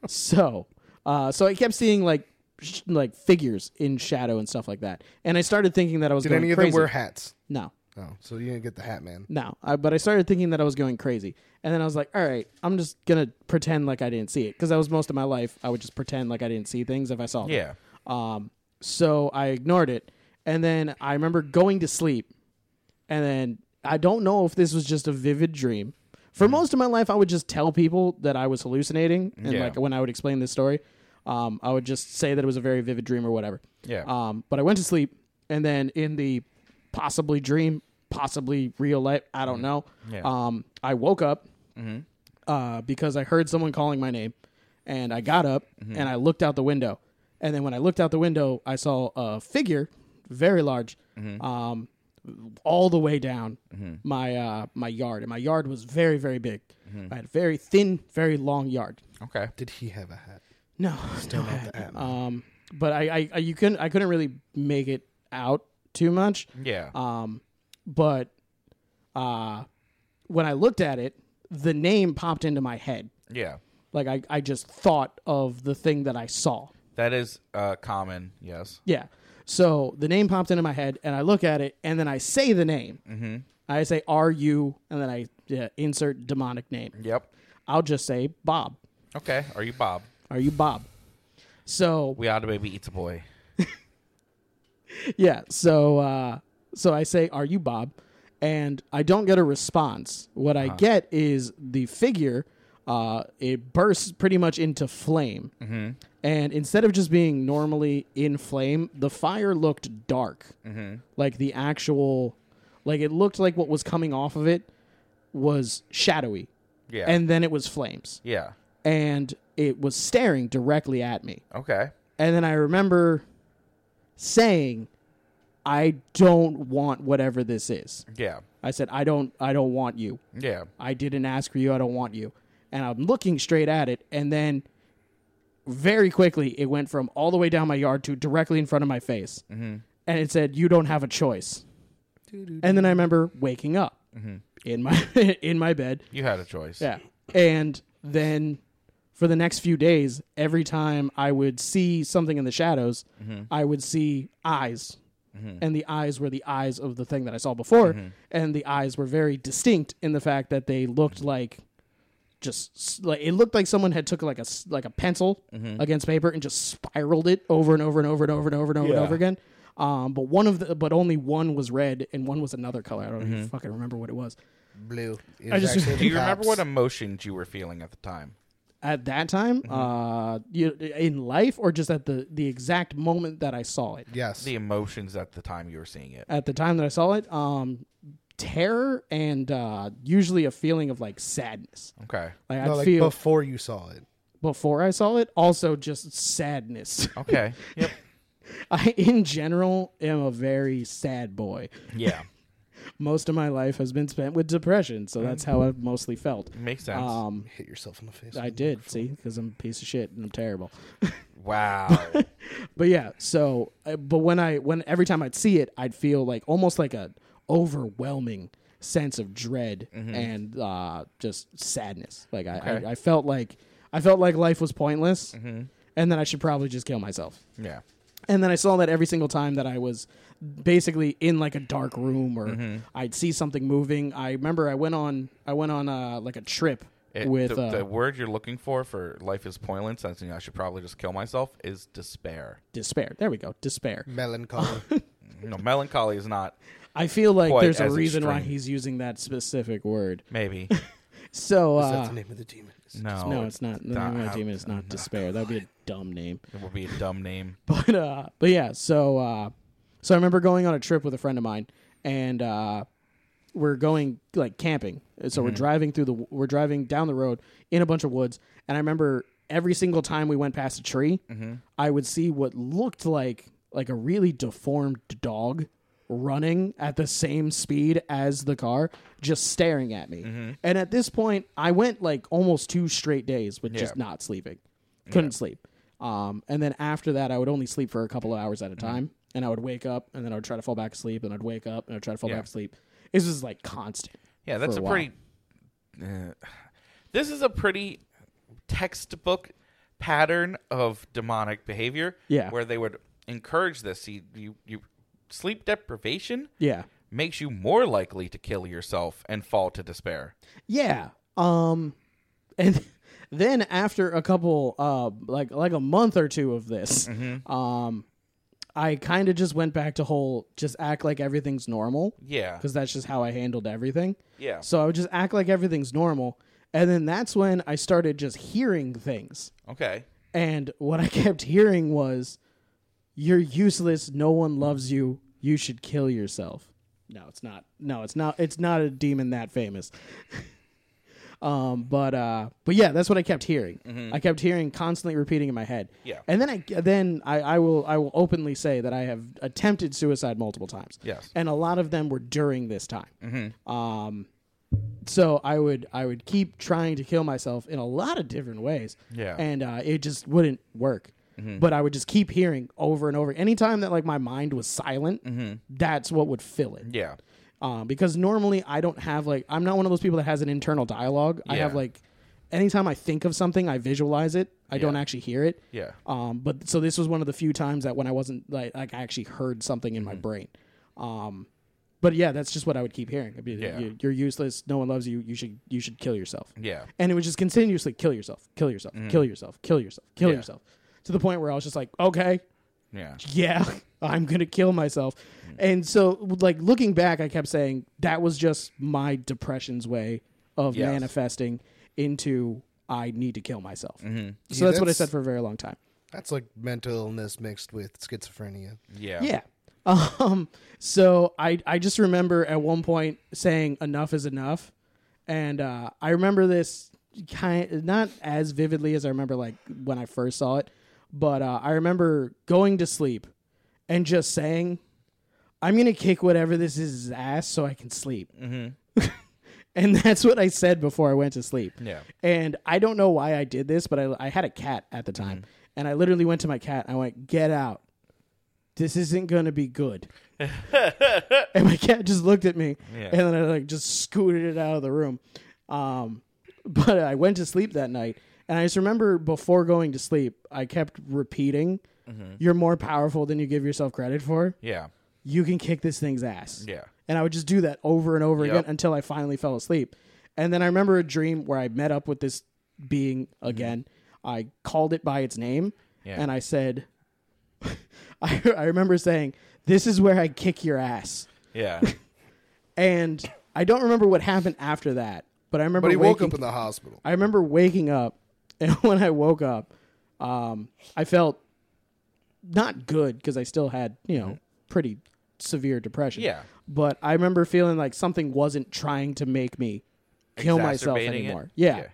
Speaker 3: so, uh, so I kept seeing like sh- like figures in shadow and stuff like that, and I started thinking that I was
Speaker 2: Did
Speaker 3: going
Speaker 2: any of
Speaker 3: crazy.
Speaker 2: them wear hats?
Speaker 3: no,
Speaker 2: Oh, so you didn't get the hat man.
Speaker 3: no, I, but I started thinking that I was going crazy, and then I was like, all right, I'm just gonna pretend like I didn't see it because that was most of my life. I would just pretend like I didn't see things if I saw them.
Speaker 1: Yeah.
Speaker 3: Um, so I ignored it, and then I remember going to sleep, and then I don't know if this was just a vivid dream. For
Speaker 1: Mm-hmm.
Speaker 3: most of my life, I would just tell people that I was hallucinating, and
Speaker 1: Yeah.
Speaker 3: like when I would explain this story, um, I would just say that it was a very vivid dream or whatever.
Speaker 1: Yeah.
Speaker 3: Um, but I went to sleep, and then in the possibly dream, possibly real life, I don't know.
Speaker 1: Yeah.
Speaker 3: Um, I woke up uh, because I heard someone calling my name, and I got up and I looked out the window, and then when I looked out the window, I saw a figure, very large, um, all the way down my uh, my yard, and my yard was very very big. I had a very thin, very long yard.
Speaker 1: Okay.
Speaker 2: Did he have a hat?
Speaker 3: No, no, I hadn't. um, but I, I, I you couldn't I couldn't really make it out too much.
Speaker 1: Yeah.
Speaker 3: Um, but uh, when I looked at it, the name popped into my head.
Speaker 1: yeah.
Speaker 3: Like I, I just thought of the thing that I saw.
Speaker 1: That is uh, common. Yes.
Speaker 3: Yeah. So the name popped into my head, and I look at it, and then I say the name. Mm-hmm. I say, "Are you?" And then I yeah, insert demonic name.
Speaker 1: Yep.
Speaker 3: I'll just say, "Bob,
Speaker 1: Okay. Are you Bob?
Speaker 3: are you Bob?" So
Speaker 1: We ought baby eats a boy.
Speaker 3: yeah so uh so i say are you bob and i don't get a response what i get is the figure uh it bursts pretty much into flame mm-hmm. and instead of just being normally in flame the fire looked dark mm-hmm. like the actual like it looked like what was coming off of it was shadowy
Speaker 1: Yeah.
Speaker 3: and then it was flames
Speaker 1: yeah.
Speaker 3: and it was staring directly at me
Speaker 1: Okay.
Speaker 3: and then I remember saying, "I don't want whatever this is."
Speaker 1: Yeah.
Speaker 3: I said, "I don't. I don't want you.
Speaker 1: Yeah.
Speaker 3: I didn't ask for you. I don't want you." And I'm looking straight at it, and then very quickly it went from all the way down my yard to directly in front of my face, mm-hmm. and it said, "You don't have a choice." And then I remember waking up in my in my bed,
Speaker 1: You had a choice.
Speaker 3: yeah. And then for the next few days, every time I would see something in the shadows, I would see eyes. And the eyes were the eyes of the thing that I saw before. And the eyes were very distinct in the fact that they looked like just s- like it looked like someone had took like a s- like a pencil against paper and just spiraled it over and over and over and over and over and over and over again. Um, but one of the but only one was red and one was another color. I don't even fucking remember what it was.
Speaker 2: Blue. It
Speaker 3: I
Speaker 2: was
Speaker 3: just-
Speaker 2: actually
Speaker 1: Do
Speaker 2: the
Speaker 1: you remember
Speaker 2: cops.
Speaker 1: what emotions you were feeling at the time?
Speaker 3: at that time uh you, in life or just at the the exact moment that i saw it
Speaker 2: Yes.
Speaker 1: The emotions at the time you were seeing it.
Speaker 3: at the time that i saw it um terror and uh usually a feeling of like sadness
Speaker 1: Okay.
Speaker 3: like i
Speaker 2: no, like
Speaker 3: feel
Speaker 2: before you saw it.
Speaker 3: before i saw it also just sadness
Speaker 1: Okay. yep.
Speaker 3: i in general am a very sad boy
Speaker 1: Yeah.
Speaker 3: most of my life has been spent with depression so that's how i've mostly felt
Speaker 1: Makes sense.
Speaker 3: um
Speaker 2: Hit yourself in the face.
Speaker 3: i did see because i'm a piece of shit and i'm terrible
Speaker 1: wow.
Speaker 3: But yeah, so uh, but when I when every time I'd see it, I'd feel like almost like a overwhelming sense of dread
Speaker 1: Mm-hmm.
Speaker 3: and uh, just sadness. Like I, I, I felt like I felt like life was pointless,
Speaker 1: Mm-hmm.
Speaker 3: and then I should probably just kill myself.
Speaker 1: yeah.
Speaker 3: And then I saw that every single time that I was basically in like a dark room or
Speaker 1: Mm-hmm.
Speaker 3: I'd see something moving. I remember I went on I went on uh, like a trip
Speaker 1: It-
Speaker 3: with
Speaker 1: the,
Speaker 3: uh,
Speaker 1: the word you're looking for for life is pointless, and I should probably just kill myself, is despair.
Speaker 3: despair. There we go, despair.
Speaker 2: Melancholy.
Speaker 3: Ah.
Speaker 1: No, melancholy is not.
Speaker 3: I feel like
Speaker 1: Quite
Speaker 3: there's a
Speaker 1: as
Speaker 3: reason why
Speaker 1: extreme.
Speaker 3: he's using that specific word.
Speaker 1: Maybe.
Speaker 3: So uh,
Speaker 2: That's the name of the demon.
Speaker 1: No.
Speaker 3: No, it's not. The name of my
Speaker 1: how-
Speaker 3: team is not despair. That would be a dumb name.
Speaker 1: It would be a dumb name.
Speaker 3: But uh, but yeah. So uh, so I remember going on a trip with a friend of mine, and uh, we're going like camping. So we're driving through the we're driving down the road in a bunch of woods, and I remember every single time we went past a tree, I would see what looked like like a really deformed dog running at the same speed as the car, just staring at me. And at this point, I went like almost two straight days with just not sleeping. Couldn't sleep. Um, and then after that, I would only sleep for a couple of hours at
Speaker 1: Mm-hmm.
Speaker 3: a time. And I would wake up, and then I would try to fall back asleep, and I'd wake up, and I'd try to fall back asleep. This is like constant.
Speaker 1: Yeah, that's
Speaker 3: for
Speaker 1: a,
Speaker 3: a while.
Speaker 1: pretty. Uh, this is a pretty textbook pattern of demonic behavior.
Speaker 3: Yeah.
Speaker 1: where they would encourage this. You, you, you sleep deprivation
Speaker 3: Yeah,
Speaker 1: makes you more likely to kill yourself and fall to despair.
Speaker 3: yeah. Um, and then after a couple, uh, like like a month or two of this,
Speaker 1: Mm-hmm.
Speaker 3: um, I kind of just went back to whole just act like everything's normal.
Speaker 1: Yeah,
Speaker 3: because that's just how I handled everything.
Speaker 1: Yeah.
Speaker 3: So I would just act like everything's normal, and then that's when I started just hearing things.
Speaker 1: okay.
Speaker 3: And what I kept hearing was, "You're useless. No one loves you. You should kill yourself." No, it's not. No, it's not. It's not a demon that famous. um, but uh, but yeah, that's what I kept hearing. I kept hearing constantly repeating in my head.
Speaker 1: Mm-hmm. Yeah.
Speaker 3: And then I then I, I will I will openly say that I have attempted suicide multiple times.
Speaker 1: Yes. Mm-hmm.
Speaker 3: And a lot of them were during this time. Um. So I would I would keep trying to kill myself in a lot of different ways.
Speaker 1: Yeah.
Speaker 3: And uh, it just wouldn't work.
Speaker 1: Mm-hmm.
Speaker 3: But I would just keep hearing over and over. Anytime that like my mind was silent, that's what would fill it.
Speaker 1: Mm-hmm. Yeah,
Speaker 3: Um, because normally I don't have like I'm not one of those people that has an internal dialogue. I have
Speaker 1: Yeah.
Speaker 3: like anytime I think of something, I visualize it. I don't actually hear it.
Speaker 1: Yeah.
Speaker 3: Um, but so this was one of the few times that when I wasn't like like I actually heard something
Speaker 1: Mm-hmm.
Speaker 3: in my brain. Um, but yeah, that's just what I would keep hearing. I'd be,
Speaker 1: Yeah.
Speaker 3: "You- You're useless. No one loves you. You should you should kill yourself.
Speaker 1: yeah,
Speaker 3: And it was just continuously kill yourself, kill yourself,
Speaker 2: Mm.
Speaker 3: kill yourself, kill yourself, kill yourself, to the point where I was just like, okay,
Speaker 1: yeah,
Speaker 3: yeah, I'm gonna kill myself.
Speaker 2: Mm.
Speaker 3: And so, like looking back, I kept saying that was just my depression's way of
Speaker 1: Yes.
Speaker 3: manifesting into I need to kill myself. So
Speaker 2: Mm-hmm. Yeah,
Speaker 3: that's what I
Speaker 2: that's-
Speaker 3: said for a very long time.
Speaker 2: That's like mental illness mixed with schizophrenia.
Speaker 1: yeah,
Speaker 3: Yeah. Um. So I I just remember at one point saying enough is enough, and uh, I remember this kind not as vividly as I remember like when I first saw it, but uh, I remember going to sleep and just saying, "I'm gonna kick whatever this is ass so I can sleep." and that's what I said before I went to sleep.
Speaker 1: Yeah.
Speaker 3: And I don't know why I did this, but I I had a cat at the time, and I literally went to my cat. And I went, "Get out." this isn't going to be good. and my cat just looked at me, and then I like just scooted it out of the room. Um, but I went to sleep that night, and I just remember before going to sleep, I kept repeating, "You're more powerful than you give yourself credit for.
Speaker 1: yeah,
Speaker 3: You can kick this thing's ass."
Speaker 1: yeah.
Speaker 3: And I would just do that over and over
Speaker 1: Yep.
Speaker 3: again until I finally fell asleep. And then I remember a dream where I met up with this being
Speaker 2: Mm-hmm.
Speaker 3: again. I called it by its name
Speaker 1: Yeah.
Speaker 3: and I said, I, I remember saying, This is where I kick your ass.
Speaker 1: yeah.
Speaker 3: And I don't remember what happened after that, but I remember
Speaker 2: But he
Speaker 3: waking,
Speaker 2: woke up in the hospital.
Speaker 3: I remember waking up, and when I woke up, um, I felt not good because I still had, you know, pretty severe depression.
Speaker 1: Mm-hmm. Yeah.
Speaker 3: But I remember feeling like something wasn't trying to make me kill myself
Speaker 1: Exacerbating it?
Speaker 3: anymore. Yeah.
Speaker 1: Yeah.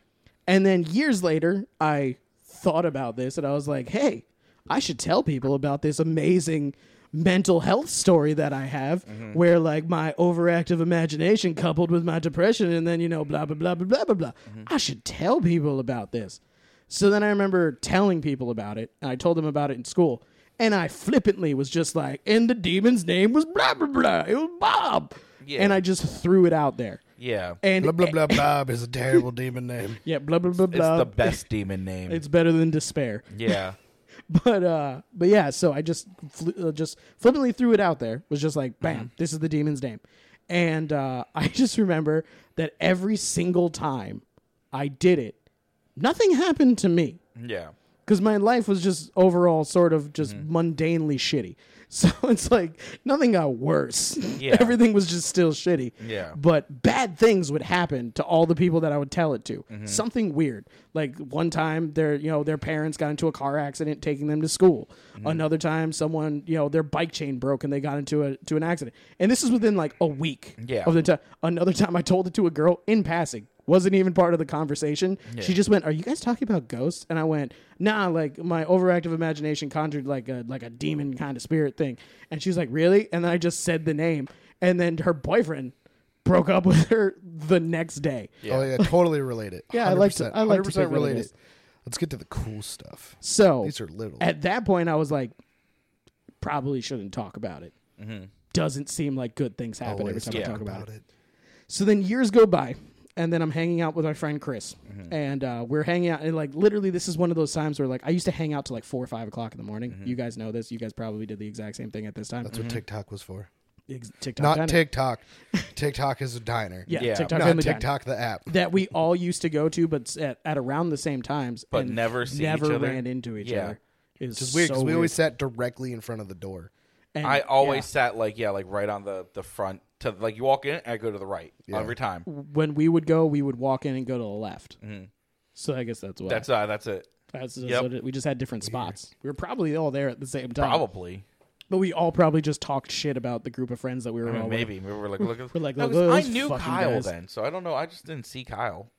Speaker 3: And then years later, I thought about this and I was like, hey, I should tell people about this amazing mental health story that I have
Speaker 1: Mm-hmm.
Speaker 3: where like my overactive imagination coupled with my depression and then you know blah blah blah blah blah blah blah.
Speaker 1: Mm-hmm.
Speaker 3: I should tell people about this. So then I remember telling people about it and I told them about it in school and I flippantly was just like and the demon's name was blah blah blah. It was Bob.
Speaker 1: Yeah.
Speaker 3: And I just threw it out there.
Speaker 1: yeah.
Speaker 3: And
Speaker 2: Blah blah blah Bob is a terrible demon name.
Speaker 3: yeah, blah blah blah
Speaker 1: It's
Speaker 3: blah.
Speaker 1: the best demon name.
Speaker 3: It's better than despair.
Speaker 1: yeah,
Speaker 3: But uh, but yeah. So I just fl- uh, just flippantly threw it out there. Was just like,
Speaker 1: Mm-hmm.
Speaker 3: bam, this is the demon's name. And uh, I just remember that every single time I did it, nothing happened to me
Speaker 1: yeah, Mm-hmm.
Speaker 3: because my life was just overall sort of just mundanely shitty. So it's like nothing got worse.
Speaker 1: Yeah.
Speaker 3: Everything was just still shitty.
Speaker 1: Yeah.
Speaker 3: But bad things would happen to all the people that I would tell it to. Something weird. Like one time their you know, their parents got into a car accident taking them to school. Another time someone, you know, their bike chain broke and they got into a to an accident. And this is within like a week
Speaker 1: Yeah.
Speaker 3: of the time. Another time I told it to a girl in passing. Wasn't even part of the conversation. She just went, "Are you guys talking about ghosts?" And I went, "Nah, like my overactive imagination conjured like a like a demon kind of spirit thing." And she was like, "Really?" And then I just said the name, and then her boyfriend broke up with her the next day.
Speaker 2: Oh yeah, totally related.
Speaker 3: Yeah, I like to- I like to pick what it Oh.
Speaker 2: related.
Speaker 3: is.
Speaker 2: Let's get to the cool stuff.
Speaker 3: So
Speaker 2: These are little.
Speaker 3: at that point, I was like, "Probably shouldn't talk about it." Doesn't seem like good things happen every
Speaker 2: Always
Speaker 3: time I talk about it.
Speaker 2: it.
Speaker 3: So then years go by, and then I'm hanging out with my friend Chris, and uh, we're hanging out, and like literally, this is one of those times where like I used to hang out till like four or five o'clock in the morning. You guys know this. You guys probably did the exact same thing at this time.
Speaker 2: That's what TikTok was for.
Speaker 3: Ex- TikTok,
Speaker 2: Not
Speaker 3: diner.
Speaker 2: TikTok. TikTok is a diner.
Speaker 3: yeah,
Speaker 1: Yeah.
Speaker 3: TikTok,
Speaker 2: Not
Speaker 3: family diner.
Speaker 2: TikTok the app.
Speaker 3: that we all used to go to, but s- at, at around the same times,
Speaker 1: But
Speaker 3: and
Speaker 1: never see
Speaker 3: never
Speaker 1: each other.
Speaker 3: ran into each
Speaker 1: Yeah.
Speaker 3: other. It's
Speaker 2: It's weird because we always sat directly in front of the door.
Speaker 1: I always sat like yeah, like right on the the front to like you walk in, and I go to the right every time.
Speaker 3: when we would go, we would walk in and go to the left. So I guess that's why.
Speaker 1: Mm-hmm. That's uh, that's it.
Speaker 3: That's, that's
Speaker 1: Yep.
Speaker 3: what it, we just had different spots. We were probably all there at the same time.
Speaker 1: Probably,
Speaker 3: But we all probably just talked shit about the group of friends that we Oh, were all with.
Speaker 1: maybe. Maybe we're like, look, at-
Speaker 3: We're like,
Speaker 1: No,
Speaker 3: look
Speaker 1: 'cause
Speaker 3: at
Speaker 1: I
Speaker 3: those
Speaker 1: knew
Speaker 3: fucking
Speaker 1: Kyle
Speaker 3: guys.
Speaker 1: then, so I don't know. I just didn't see Kyle.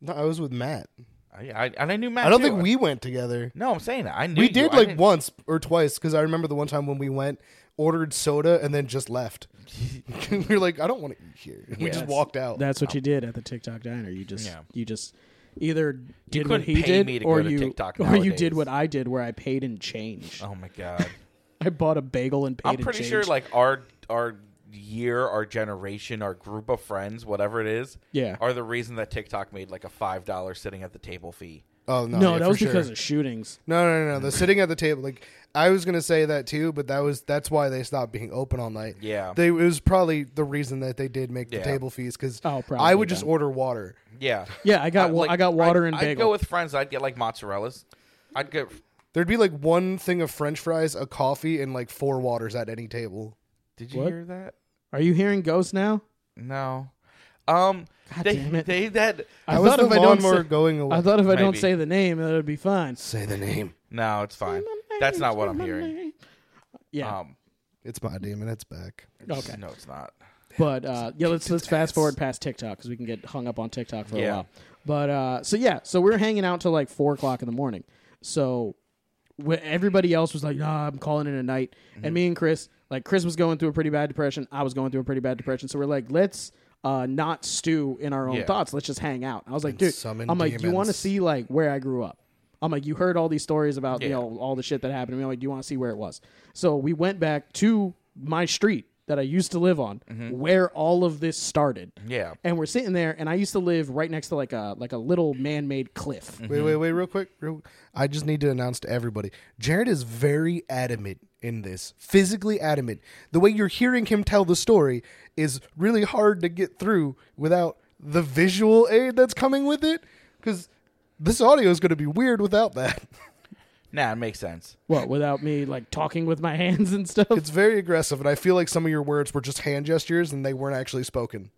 Speaker 2: No, I was with Matt.
Speaker 1: I, I and I knew Matt.
Speaker 2: I don't
Speaker 1: too.
Speaker 2: think we went together.
Speaker 1: No, I'm saying that I knew
Speaker 2: We
Speaker 1: you.
Speaker 2: did
Speaker 1: I
Speaker 2: like
Speaker 1: didn't-
Speaker 2: once or twice because I remember the one time when we went, ordered soda, and then just left. we were like, I don't want to eat here. We just
Speaker 3: That's-
Speaker 2: walked out.
Speaker 3: That's what you did at the TikTok diner. You just
Speaker 1: Yeah.
Speaker 3: you just either did what
Speaker 1: couldn't
Speaker 3: he
Speaker 1: pay
Speaker 3: did
Speaker 1: me to go
Speaker 3: or
Speaker 1: to
Speaker 3: you
Speaker 1: TikTok
Speaker 3: or you did
Speaker 1: nowadays.
Speaker 3: what I did where I paid in change.
Speaker 1: Oh my god.
Speaker 3: I bought a bagel and paid
Speaker 1: I'm
Speaker 3: in
Speaker 1: pretty
Speaker 3: change.
Speaker 1: sure like our our year, our generation, our group of friends, whatever it is,
Speaker 3: Yeah.
Speaker 1: are the reason that TikTok made like a five dollar sitting at the table fee.
Speaker 2: oh no,
Speaker 3: no,
Speaker 2: yeah,
Speaker 3: that
Speaker 2: for
Speaker 3: was
Speaker 2: sure.
Speaker 3: because of shootings.
Speaker 2: No, no, no, no. The sitting at the table, like I was gonna say that too, but that was that's why they stopped being open all night.
Speaker 1: Yeah.
Speaker 2: they it was probably the reason that they did make the
Speaker 1: Yeah.
Speaker 2: table fees because
Speaker 3: Oh, probably
Speaker 2: I would just
Speaker 3: then.
Speaker 2: order water.
Speaker 1: Yeah,
Speaker 3: Yeah, I got wa- I got water and
Speaker 1: I'd, I'd
Speaker 3: bagel.
Speaker 1: go with friends. I'd get like mozzarellas. I'd get
Speaker 2: There'd be like one thing of French fries, a coffee, and like four waters at any table.
Speaker 1: Did you
Speaker 3: What?
Speaker 1: hear that?
Speaker 3: Are you hearing ghosts now?
Speaker 1: No. Um,
Speaker 3: God
Speaker 1: they,
Speaker 3: damn it.
Speaker 1: they that
Speaker 2: I was the
Speaker 3: I don't
Speaker 2: lawnmower
Speaker 3: say,
Speaker 2: going away.
Speaker 3: I thought if I don't
Speaker 1: Maybe.
Speaker 3: say the name, that would be fine.
Speaker 2: Say the name.
Speaker 1: no, it's fine. That's not what I'm hearing.
Speaker 3: Yeah.
Speaker 1: Um,
Speaker 2: It's my demon. It's back.
Speaker 3: okay.
Speaker 1: no, it's not.
Speaker 3: But uh, yeah, let's let's fast forward past TikTok because we can get hung up on TikTok for a
Speaker 1: Yeah.
Speaker 3: while. But uh, so yeah, so we were hanging out till like four o'clock in the morning. So wh- everybody else was like, "Nah, I'm calling it a night." And me and Chris, like Chris was going through a pretty bad depression. I was going through a pretty bad depression. So we're like, "Let's uh, not stew in our own
Speaker 1: Yeah.
Speaker 3: thoughts. Let's just hang out." I was like, "Dude, I'm
Speaker 2: summon
Speaker 3: like, you want to
Speaker 2: demons."
Speaker 3: see like where I grew up?" I'm like, you heard all these stories about you
Speaker 1: Yeah.
Speaker 3: know all the shit that happened to me. I'm like, do you want to see where it was? So we went back to my street that I used to live on, where all of this started.
Speaker 1: Mm-hmm. Yeah.
Speaker 3: And we're sitting there, and I used to live right next to like a like a little man-made cliff.
Speaker 1: Mm.
Speaker 2: Wait, wait, wait, real quick. Real, I just need to announce to everybody Jared is very adamant in this, physically adamant. The way you're hearing him tell the story is really hard to get through without the visual aid that's coming with it because this audio is going to be weird without that.
Speaker 1: Nah, it makes sense.
Speaker 3: What without me like talking with my hands and stuff?
Speaker 2: It's very aggressive, and I feel like some of your words were just hand gestures and they weren't actually spoken.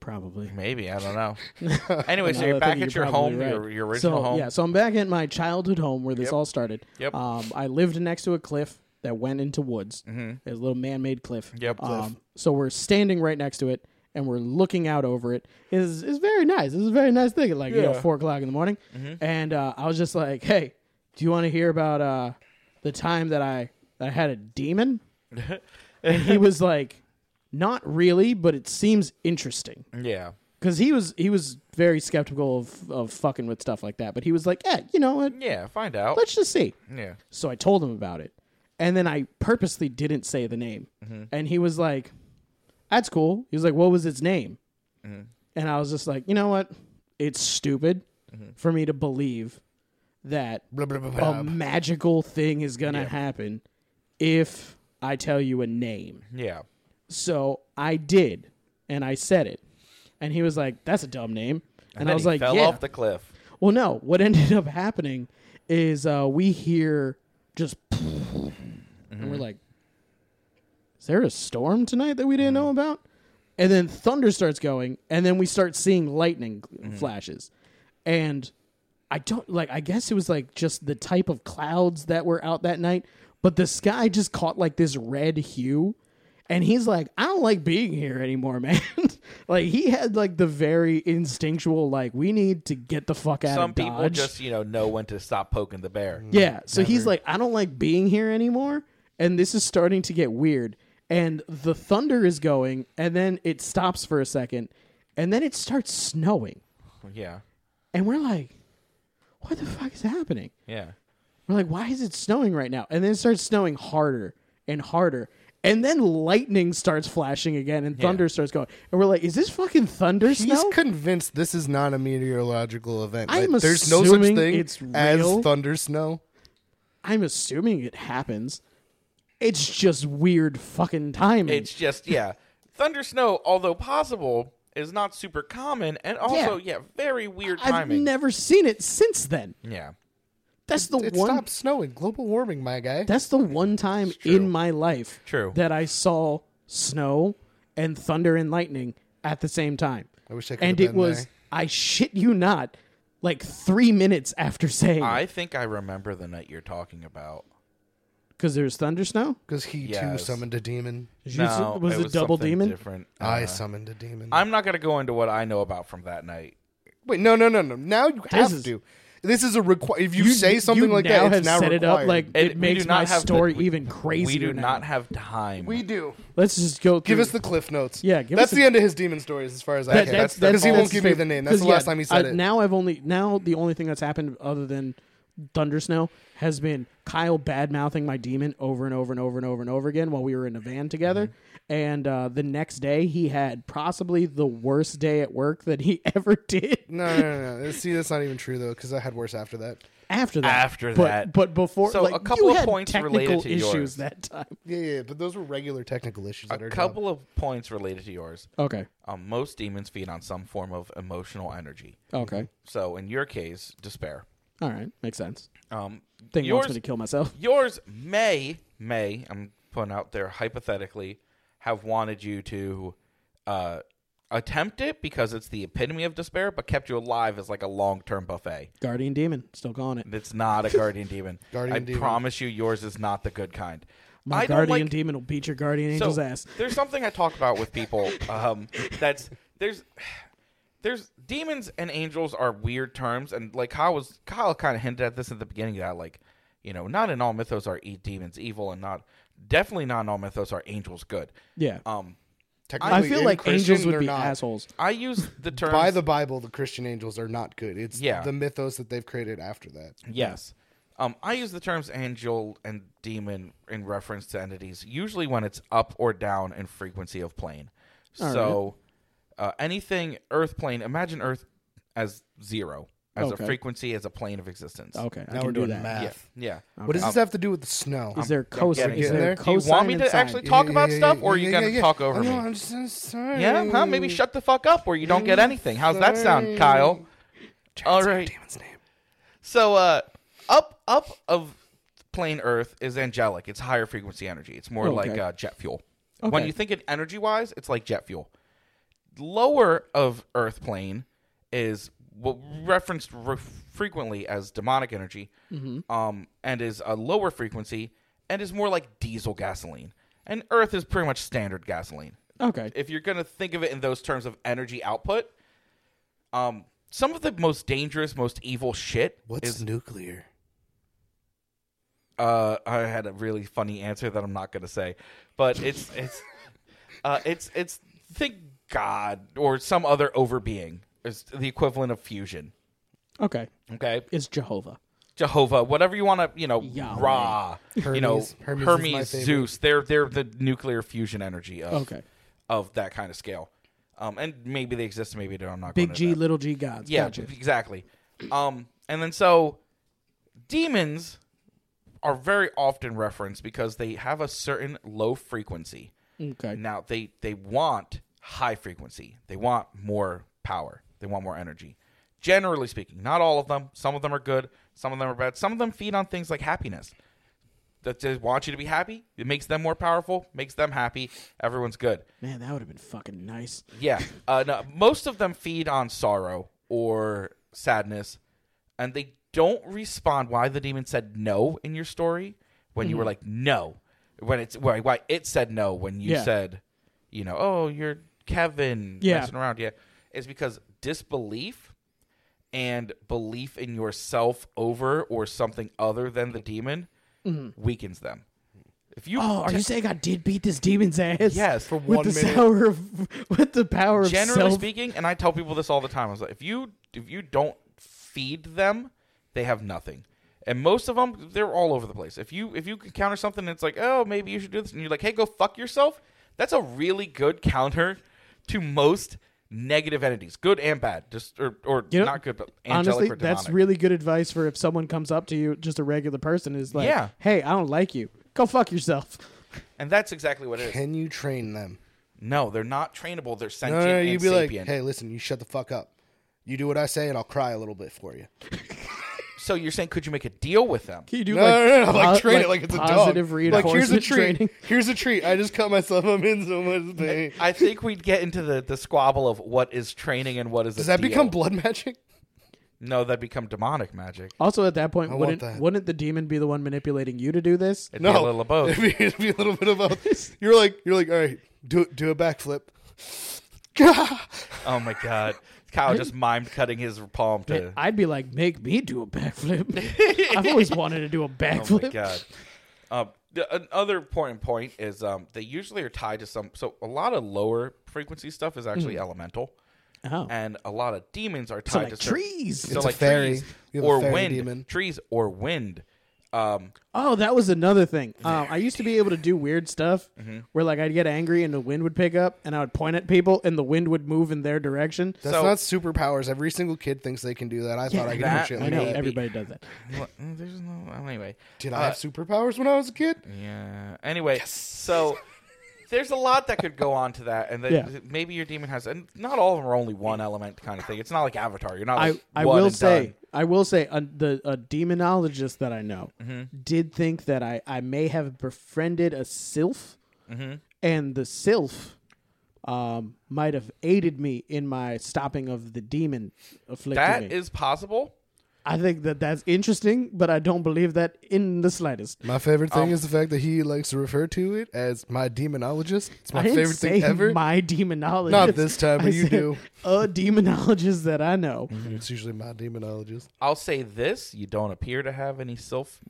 Speaker 3: Probably.
Speaker 1: Maybe I don't know. anyway, so
Speaker 3: Now
Speaker 1: you're
Speaker 3: that I
Speaker 1: back
Speaker 3: think
Speaker 1: at
Speaker 3: you're
Speaker 1: your
Speaker 3: probably
Speaker 1: home,
Speaker 3: right.
Speaker 1: your, your original
Speaker 3: so,
Speaker 1: home.
Speaker 3: Yeah, so I'm back at my childhood home where this all started.
Speaker 1: Yep.
Speaker 3: Um, I lived next to a cliff that went into woods. It was a little man-made cliff.
Speaker 1: Mm-hmm. Yep.
Speaker 3: Um, So we're standing right next to it, and we're looking out over it. Is is very nice. It's a very nice thing. Like you know, four o'clock in the morning,
Speaker 1: Mm-hmm.
Speaker 3: and uh, I was just like, "Hey, do you want to hear about uh, the time that I I had a demon?" and he was like, "Not really, but it seems interesting."
Speaker 1: yeah.
Speaker 3: because he was he was very skeptical of, of fucking with stuff like that. But he was like, "Yeah, you know what?
Speaker 1: Yeah, find out.
Speaker 3: Let's just see."
Speaker 1: Yeah.
Speaker 3: So I told him about it, and then I purposely didn't say the name, and he was like, "That's cool." He was like, "What was its name?" And I was just like, "You know what? It's stupid for me to believe that
Speaker 2: Blah, blah, blah, blah.
Speaker 3: a magical thing is gonna happen if I tell you a name."
Speaker 1: Yeah.
Speaker 3: So I did, and I said it, and he was like, "That's a dumb name," and,
Speaker 1: And
Speaker 3: I
Speaker 1: then
Speaker 3: was
Speaker 1: he
Speaker 3: like,
Speaker 1: fell
Speaker 3: "Yeah."
Speaker 1: off the cliff.
Speaker 3: well, no. What ended up happening is uh, we hear just and
Speaker 1: Mm-hmm.
Speaker 3: we're like, "Is there a storm tonight that we didn't
Speaker 1: Mm-hmm.
Speaker 3: know about?" And then thunder starts going, and then we start seeing lightning
Speaker 1: Mm-hmm.
Speaker 3: flashes, and I don't like. I guess it was like just the type of clouds that were out that night, but the sky just caught like this red hue, and he's like, "I don't like being here anymore, man." like he had like the very instinctual, like we need to get the fuck out
Speaker 1: Some
Speaker 3: of
Speaker 1: people
Speaker 3: Dodge.
Speaker 1: just you know know when to stop poking the bear.
Speaker 3: Yeah. So he's like, I don't like being here anymore, and this is starting to get weird. And the thunder is going, and then it stops for a second, and then it starts snowing,
Speaker 1: Yeah,
Speaker 3: and we're like, what the fuck is happening?
Speaker 1: yeah.
Speaker 3: We're like, why is it snowing right now? And then it starts snowing harder and harder. And then lightning starts flashing again and thunder starts going. And we're like, is this fucking thunder
Speaker 2: He's
Speaker 3: snow?
Speaker 2: convinced this is not a meteorological event.
Speaker 3: I'm
Speaker 2: Like, there's no such
Speaker 3: assuming
Speaker 2: thing
Speaker 3: it's real.
Speaker 2: as thunder snow.
Speaker 3: I'm assuming it happens. It's just weird fucking timing.
Speaker 1: It's just yeah. Thunder snow, although possible, is not super common, and also yeah, very weird
Speaker 3: I've
Speaker 1: timing.
Speaker 3: never Mm. seen it since then.
Speaker 1: yeah,
Speaker 3: That's the
Speaker 2: It
Speaker 3: one.
Speaker 2: stopped snowing. Global warming, my guy.
Speaker 3: That's the one time in my life
Speaker 1: True.
Speaker 3: that I saw snow and thunder and lightning at the same time.
Speaker 2: I wish I could
Speaker 3: And
Speaker 2: have
Speaker 3: it
Speaker 2: been
Speaker 3: was
Speaker 2: there.
Speaker 3: I shit you not, like three minutes after saying
Speaker 1: I think I remember the night you're talking about.
Speaker 3: because there's thunder snow.
Speaker 2: Because he too
Speaker 1: Yes.
Speaker 2: summoned a demon.
Speaker 3: Did you-
Speaker 1: No,
Speaker 3: was
Speaker 1: it,
Speaker 3: it, double
Speaker 1: something
Speaker 3: demon?
Speaker 1: Different.
Speaker 2: I
Speaker 1: Uh,
Speaker 2: summoned a demon.
Speaker 1: I'm not gonna go into what I know about from that night.
Speaker 2: Wait, no, no, no, no. Now you have
Speaker 3: is-
Speaker 2: to. This is a require. If you,
Speaker 3: You-
Speaker 2: say something
Speaker 3: you
Speaker 2: like
Speaker 3: now
Speaker 2: that,
Speaker 3: have
Speaker 2: it's now
Speaker 3: set
Speaker 2: required.
Speaker 3: it up like
Speaker 1: And
Speaker 3: it,
Speaker 1: we
Speaker 3: makes
Speaker 1: do not
Speaker 3: my
Speaker 1: have the-
Speaker 3: story
Speaker 1: we-
Speaker 3: even crazier.
Speaker 1: We do
Speaker 3: now.
Speaker 1: not have time.
Speaker 2: we do.
Speaker 3: Let's just go.
Speaker 2: Give
Speaker 3: through-
Speaker 2: us the cliff notes.
Speaker 3: Yeah, give
Speaker 2: that's the
Speaker 3: us the-
Speaker 2: end of his demon stories, as far as I
Speaker 3: That-
Speaker 2: can.
Speaker 3: that's-
Speaker 2: Because he
Speaker 3: that's
Speaker 2: won't
Speaker 3: all.
Speaker 2: give me the name. That's
Speaker 3: 'Cause,
Speaker 2: the last
Speaker 3: yeah,
Speaker 2: time he said
Speaker 3: I-
Speaker 2: it.
Speaker 3: Now I've only now the only thing that's happened other than thunder snow has been Kyle bad mouthing my demon over and over and over and over and over again while we were in a van together.
Speaker 2: Mm-hmm.
Speaker 3: And uh, the next day he had possibly the worst day at work that he ever did.
Speaker 2: no, no, no, no. See, that's not even true though, because I had worse after that.
Speaker 3: After that,
Speaker 1: After
Speaker 3: but,
Speaker 1: that.
Speaker 3: but before,
Speaker 1: So
Speaker 3: like,
Speaker 1: a couple
Speaker 3: you
Speaker 1: of
Speaker 3: had
Speaker 1: points
Speaker 3: technical
Speaker 1: related to
Speaker 3: issues
Speaker 1: yours.
Speaker 3: that time.
Speaker 2: Yeah, yeah, but those were regular technical issues. That
Speaker 1: a
Speaker 2: are
Speaker 1: couple of points related to yours.
Speaker 3: Okay,
Speaker 1: Um, most demons feed on some form of emotional energy.
Speaker 3: okay,
Speaker 1: So in your case, despair.
Speaker 3: all right, makes sense.
Speaker 1: Um,
Speaker 3: Thing wants me
Speaker 1: Yours-
Speaker 3: to kill myself.
Speaker 1: yours may may I'm putting out there hypothetically have wanted you to uh, attempt it because it's the epitome of despair, but kept you alive as like a long term buffet.
Speaker 3: Guardian demon, still calling it.
Speaker 1: It's not a guardian demon.
Speaker 2: Guardian
Speaker 1: I
Speaker 2: demon.
Speaker 1: promise you, yours is not the good kind.
Speaker 3: My
Speaker 1: I don't
Speaker 3: guardian
Speaker 1: like-
Speaker 3: demon will beat your guardian angel's ass.
Speaker 1: There's something I talk about with people. Um, that's there's there's demons and angels are weird terms, and like Kyle was Kyle kind of hinted at this at the beginning that like you know not in all mythos are e- demons evil, and not definitely not in all mythos are angels good.
Speaker 3: Yeah.
Speaker 1: Um,
Speaker 2: Technically,
Speaker 3: I feel
Speaker 2: in
Speaker 3: like
Speaker 2: Christian,
Speaker 3: angels would
Speaker 2: they're
Speaker 3: be
Speaker 2: not.
Speaker 3: assholes.
Speaker 1: I use the term
Speaker 2: By the Bible, the Christian angels are not good. It's
Speaker 1: Yeah.
Speaker 2: the mythos that they've created after that.
Speaker 3: Mm-hmm.
Speaker 1: Yes. Um, I use the terms angel and demon in reference to entities, usually when it's up or down in frequency of plane. so uh, anything earth plane, imagine earth as zero, as
Speaker 3: Okay.
Speaker 1: a frequency, as a plane of existence.
Speaker 3: Okay, I
Speaker 2: Now
Speaker 3: can
Speaker 2: we're
Speaker 3: do
Speaker 2: doing
Speaker 3: that.
Speaker 2: math.
Speaker 1: Yeah. Yeah.
Speaker 2: What does this have to do with the snow?
Speaker 3: Is there cosine?
Speaker 1: getting
Speaker 3: Is
Speaker 2: there.
Speaker 3: there
Speaker 2: Do
Speaker 1: Do you
Speaker 3: cosine?
Speaker 1: want me to
Speaker 3: inside?
Speaker 1: actually talk about stuff, or are you going to talk over
Speaker 2: oh,
Speaker 1: me?
Speaker 2: No, I'm just I'm sorry.
Speaker 1: yeah, huh? Maybe shut the fuck up or you don't get anything. How's that sound,
Speaker 2: Sorry.
Speaker 1: Kyle? All right.
Speaker 2: Demon's name.
Speaker 1: So uh up up of plain earth is angelic. It's higher frequency energy. It's more
Speaker 2: Oh,
Speaker 3: Okay.
Speaker 1: like uh, jet fuel. When
Speaker 3: Okay.
Speaker 1: you think it energy wise, it's like jet fuel. Lower of earth plane is what referenced re- frequently as demonic energy.
Speaker 2: Mm-hmm.
Speaker 1: Um and is a lower frequency and is more like diesel gasoline. And earth is pretty much standard gasoline
Speaker 3: Okay,
Speaker 1: if you're going to think of it in those terms of energy output, um, some of the most dangerous, most evil shit
Speaker 2: What's
Speaker 1: is.
Speaker 2: nuclear?
Speaker 1: Uh, I had a really funny answer that I'm not going to say, but it's it's uh, it's it's think God or some other overbeing is the equivalent of fusion.
Speaker 3: okay.
Speaker 1: Okay,
Speaker 3: It's Jehovah.
Speaker 1: Jehovah, whatever you want to, you know,
Speaker 3: Yahweh.
Speaker 1: Ra, you know,
Speaker 2: Hermes. Hermes
Speaker 1: Hermes,
Speaker 2: is my favorite.
Speaker 1: Zeus. They're they're the nuclear fusion energy of
Speaker 3: Okay.
Speaker 1: of that kind of scale. Um, and maybe they exist, maybe they don't. I'm not going
Speaker 3: Big
Speaker 1: into
Speaker 3: G,
Speaker 1: that.
Speaker 3: little G, gods.
Speaker 1: Yeah,
Speaker 3: Gotcha.
Speaker 1: exactly. Um, and then so demons are very often referenced because they have a certain low frequency.
Speaker 3: Okay.
Speaker 1: Now they they want high frequency. They want more power. They want more energy. Generally speaking, not all of them. Some of them are good. Some of them are bad. Some of them feed on things like happiness. that just want you to be happy. It makes them more powerful, makes them happy. Everyone's good.
Speaker 3: Man, that would have been fucking nice.
Speaker 1: Yeah. Uh, no, most of them feed on sorrow or sadness, and they don't respond. Why the demon said no in your story when
Speaker 3: Mm-hmm.
Speaker 1: you were like no, when it's why, why it said no when you
Speaker 3: Yeah.
Speaker 1: said, you know, oh you're Kevin
Speaker 3: Yeah.
Speaker 1: messing around. Yeah, is because disbelief and belief in yourself over or something other than the demon weakens them. If you
Speaker 3: Mm-hmm. Oh, are
Speaker 1: te-
Speaker 3: you saying I did beat this demon's ass?
Speaker 1: yes
Speaker 2: For
Speaker 3: With
Speaker 2: one
Speaker 3: the
Speaker 2: minute.
Speaker 3: power of with the power of
Speaker 1: generally
Speaker 3: self.
Speaker 1: speaking, and I tell people this all the time. I was like, if you if you don't feed them, they have nothing. And most of them, they're all over the place. If you if you counter something, and it's like, oh, maybe you should do this, and you're like, hey, go fuck yourself. That's a really good counter to most negative entities, good and bad, just or, or
Speaker 3: You know,
Speaker 1: not good, but angelic
Speaker 3: Honestly,
Speaker 1: or
Speaker 3: that's
Speaker 1: demonic.
Speaker 3: really good advice for if someone comes up to you, just a regular person, is like,
Speaker 1: Yeah.
Speaker 3: "Hey, I don't like you. Go fuck yourself."
Speaker 1: and that's exactly what it is.
Speaker 2: Can you train them?
Speaker 1: No, they're not trainable. They're
Speaker 2: No,
Speaker 1: sentient
Speaker 2: no, no, you'd
Speaker 1: and
Speaker 2: be like,
Speaker 1: sapient.
Speaker 2: hey, listen, you shut the fuck up. You do what I say, and I'll cry a little bit for you.
Speaker 1: So you're saying, could you make a deal with them?
Speaker 3: Can you do
Speaker 2: No,
Speaker 3: like,
Speaker 2: no, no, no, like
Speaker 3: po-
Speaker 2: train it like it's a dog.
Speaker 3: positive
Speaker 2: Like here's a
Speaker 3: reinforcement
Speaker 2: treat.
Speaker 3: training?
Speaker 2: Here's a treat. I just cut myself. I'm in so much pain.
Speaker 1: I think we'd get into the, the squabble of what is training and what is.
Speaker 2: Does
Speaker 1: a
Speaker 2: that
Speaker 1: deal.
Speaker 2: become blood magic?
Speaker 1: No, that'd become demonic magic.
Speaker 3: Also, at that point,
Speaker 2: want
Speaker 3: wouldn't
Speaker 2: that.
Speaker 3: wouldn't the demon be the one manipulating you to do this?
Speaker 1: It'd be
Speaker 2: No,
Speaker 1: a little of both.
Speaker 2: It'd be, it'd be a little bit of both. You're like, you're like, all right, do do a backflip.
Speaker 1: oh my god, Kyle just mimed cutting his palm to.
Speaker 3: I'd be like, "Make me do a backflip." I've always wanted to do a
Speaker 1: oh my
Speaker 3: backflip.
Speaker 1: god. Um, the, another important point is um, they usually are tied to some. So a lot of lower frequency stuff is
Speaker 2: Hmm.
Speaker 1: actually elemental,
Speaker 3: Oh.
Speaker 1: and a lot of demons are tied
Speaker 3: So,
Speaker 1: to
Speaker 3: like,
Speaker 1: certain-
Speaker 3: trees.
Speaker 1: So
Speaker 2: It's a
Speaker 1: like
Speaker 2: fairy.
Speaker 1: trees
Speaker 2: You have a
Speaker 1: or
Speaker 2: fairy
Speaker 1: wind,
Speaker 2: demon.
Speaker 1: trees or wind. Um,
Speaker 3: Oh, that was another thing. Um, I used to be able to do weird stuff
Speaker 1: Mm-hmm.
Speaker 3: where, like, I'd get angry and the wind would pick up, and I would point at people, and the wind would move in their direction.
Speaker 2: That's
Speaker 1: So-
Speaker 2: not superpowers. Every single kid thinks they can do that. I thought I could
Speaker 1: that-
Speaker 2: do shit
Speaker 3: I
Speaker 2: like
Speaker 3: know
Speaker 2: that.
Speaker 3: everybody does that.
Speaker 1: well, mm, there's no well, anyway.
Speaker 2: Did I have superpowers when I was a kid?
Speaker 1: Yeah. Anyway, so there's a lot that could go on to that, and then
Speaker 3: Yeah.
Speaker 1: maybe your demon has, and not all of them are only one element kind of thing. It's not like Avatar. You're not.
Speaker 3: I,
Speaker 1: Like
Speaker 3: I
Speaker 1: one
Speaker 3: will
Speaker 1: and
Speaker 3: say
Speaker 1: done.
Speaker 3: I will say a, the a demonologist that I know did think that I, I may have befriended a sylph, and the sylph um, might have aided me in my stopping of the demon afflicting
Speaker 1: that
Speaker 3: me.
Speaker 1: is possible.
Speaker 3: I think that that's interesting, but I don't believe that in the slightest.
Speaker 2: My favorite
Speaker 1: um,
Speaker 2: thing is the fact that he likes to refer to it as my demonologist. It's my
Speaker 3: I didn't
Speaker 2: favorite
Speaker 3: say
Speaker 2: thing ever.
Speaker 3: my demonologist.
Speaker 2: Not this time,
Speaker 3: I
Speaker 2: but you
Speaker 3: said
Speaker 2: do.
Speaker 3: A demonologist that I know.
Speaker 2: It's usually my demonologist.
Speaker 1: I'll say this: you don't appear to have any sylph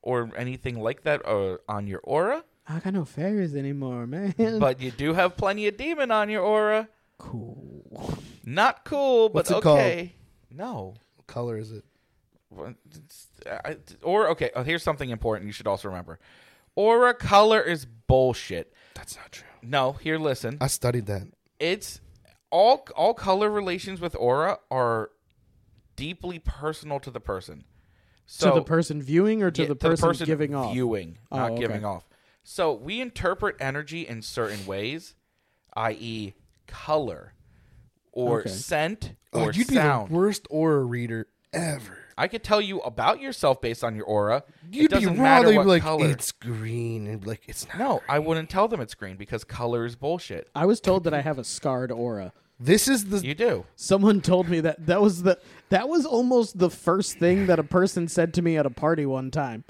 Speaker 1: or anything like that uh, on your aura,
Speaker 3: I got no fairies anymore, man.
Speaker 1: but you do have plenty of demon on your aura.
Speaker 3: cool.
Speaker 1: Not cool, but
Speaker 2: What's it called?
Speaker 1: okay. No.
Speaker 2: What color is it?
Speaker 1: Well, it's- I- Or okay, oh, here's something important you should also remember: aura color is bullshit.
Speaker 2: That's not true.
Speaker 1: No, here listen.
Speaker 2: I studied that.
Speaker 1: it's all all color relations with aura are deeply personal to the person. So
Speaker 3: to the person viewing or to,
Speaker 1: yeah,
Speaker 3: the, person giving off?
Speaker 1: viewing,
Speaker 3: Oh,
Speaker 1: not
Speaker 3: okay.
Speaker 1: giving off. So we interpret energy in certain ways, i.e., color or
Speaker 3: Okay.
Speaker 1: scent
Speaker 2: Oh,
Speaker 1: or
Speaker 2: you'd
Speaker 1: sound.
Speaker 2: be the worst aura reader ever.
Speaker 1: I could tell you about yourself based on your aura.
Speaker 2: You'd
Speaker 1: it
Speaker 2: be
Speaker 1: doesn't
Speaker 2: wrong.
Speaker 1: matter
Speaker 2: They'd be
Speaker 1: what
Speaker 2: like,
Speaker 1: color.
Speaker 2: it's green. And like, it's not.
Speaker 1: no, I wouldn't tell them it's green because color is bullshit.
Speaker 3: I was told that I have a scarred aura.
Speaker 2: This is the.
Speaker 1: You do.
Speaker 3: Someone told me that that was the that was almost the first thing that a person said to me at a party one time.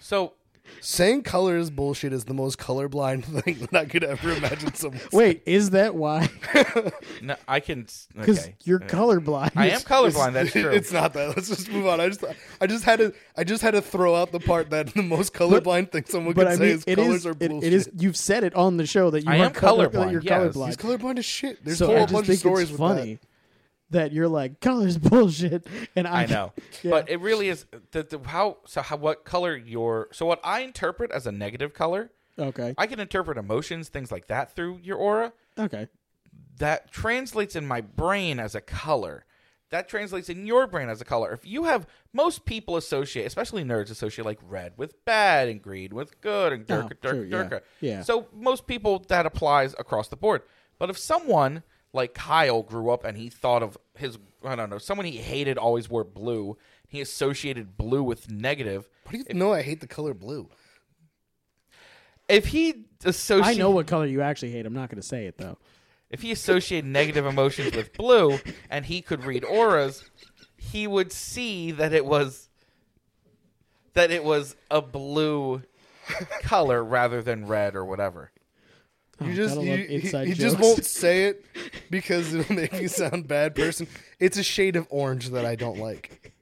Speaker 1: So
Speaker 2: saying color is bullshit is the most colorblind thing that I could ever imagine someone.
Speaker 3: Wait, is that why?
Speaker 1: no, I can.
Speaker 3: Because
Speaker 1: Okay.
Speaker 3: you're colorblind.
Speaker 1: I am colorblind. That's true.
Speaker 2: It's not that. Let's just move on. I just, I just had to, I just had to throw out the part that the most colorblind thing someone
Speaker 3: But
Speaker 2: could
Speaker 3: I
Speaker 2: say
Speaker 3: mean,
Speaker 2: is
Speaker 3: it
Speaker 2: colors
Speaker 3: is.
Speaker 2: are
Speaker 3: it-
Speaker 2: bullshit.
Speaker 3: it is. You've said it on the show that you
Speaker 1: I
Speaker 3: are
Speaker 1: am
Speaker 3: color,
Speaker 1: colorblind,
Speaker 3: That you're
Speaker 1: yes.
Speaker 2: He's
Speaker 3: colorblind.
Speaker 2: colorblind as shit. There's a
Speaker 3: so I
Speaker 2: whole
Speaker 3: just
Speaker 2: bunch
Speaker 3: think
Speaker 2: of stories
Speaker 3: it's
Speaker 2: with
Speaker 3: funny that. you're like color's bullshit, and I,
Speaker 1: I know,
Speaker 3: Yeah.
Speaker 1: but it really is the, the how so how what color your so what I interpret as a negative color,
Speaker 3: okay,
Speaker 1: I can interpret emotions things like that through your aura.
Speaker 3: okay,
Speaker 1: That translates in my brain as a color. That translates in your brain as a color. If you have most people associate, especially nerds associate like red with bad and green with good and
Speaker 3: Oh,
Speaker 1: durka durka
Speaker 3: true, yeah,
Speaker 1: durka.
Speaker 3: yeah.
Speaker 1: So most people that applies across the board. But if someone like Kyle grew up and he thought of his I don't know, someone he hated always wore blue, he associated blue with negative.
Speaker 2: What do you, no, I hate the color blue.
Speaker 1: if he associates,
Speaker 3: I know what color you actually hate. I'm not going to say it though.
Speaker 1: if he associated negative emotions with blue, and he could read auras, he would see that it was that it was a blue color rather than red or whatever.
Speaker 2: You
Speaker 3: Oh,
Speaker 2: just
Speaker 3: gotta
Speaker 2: you,
Speaker 3: love
Speaker 2: he,
Speaker 3: inside
Speaker 2: he just
Speaker 3: jokes.
Speaker 2: won't say it because it'll make you sound bad person. It's a shade of orange that I don't like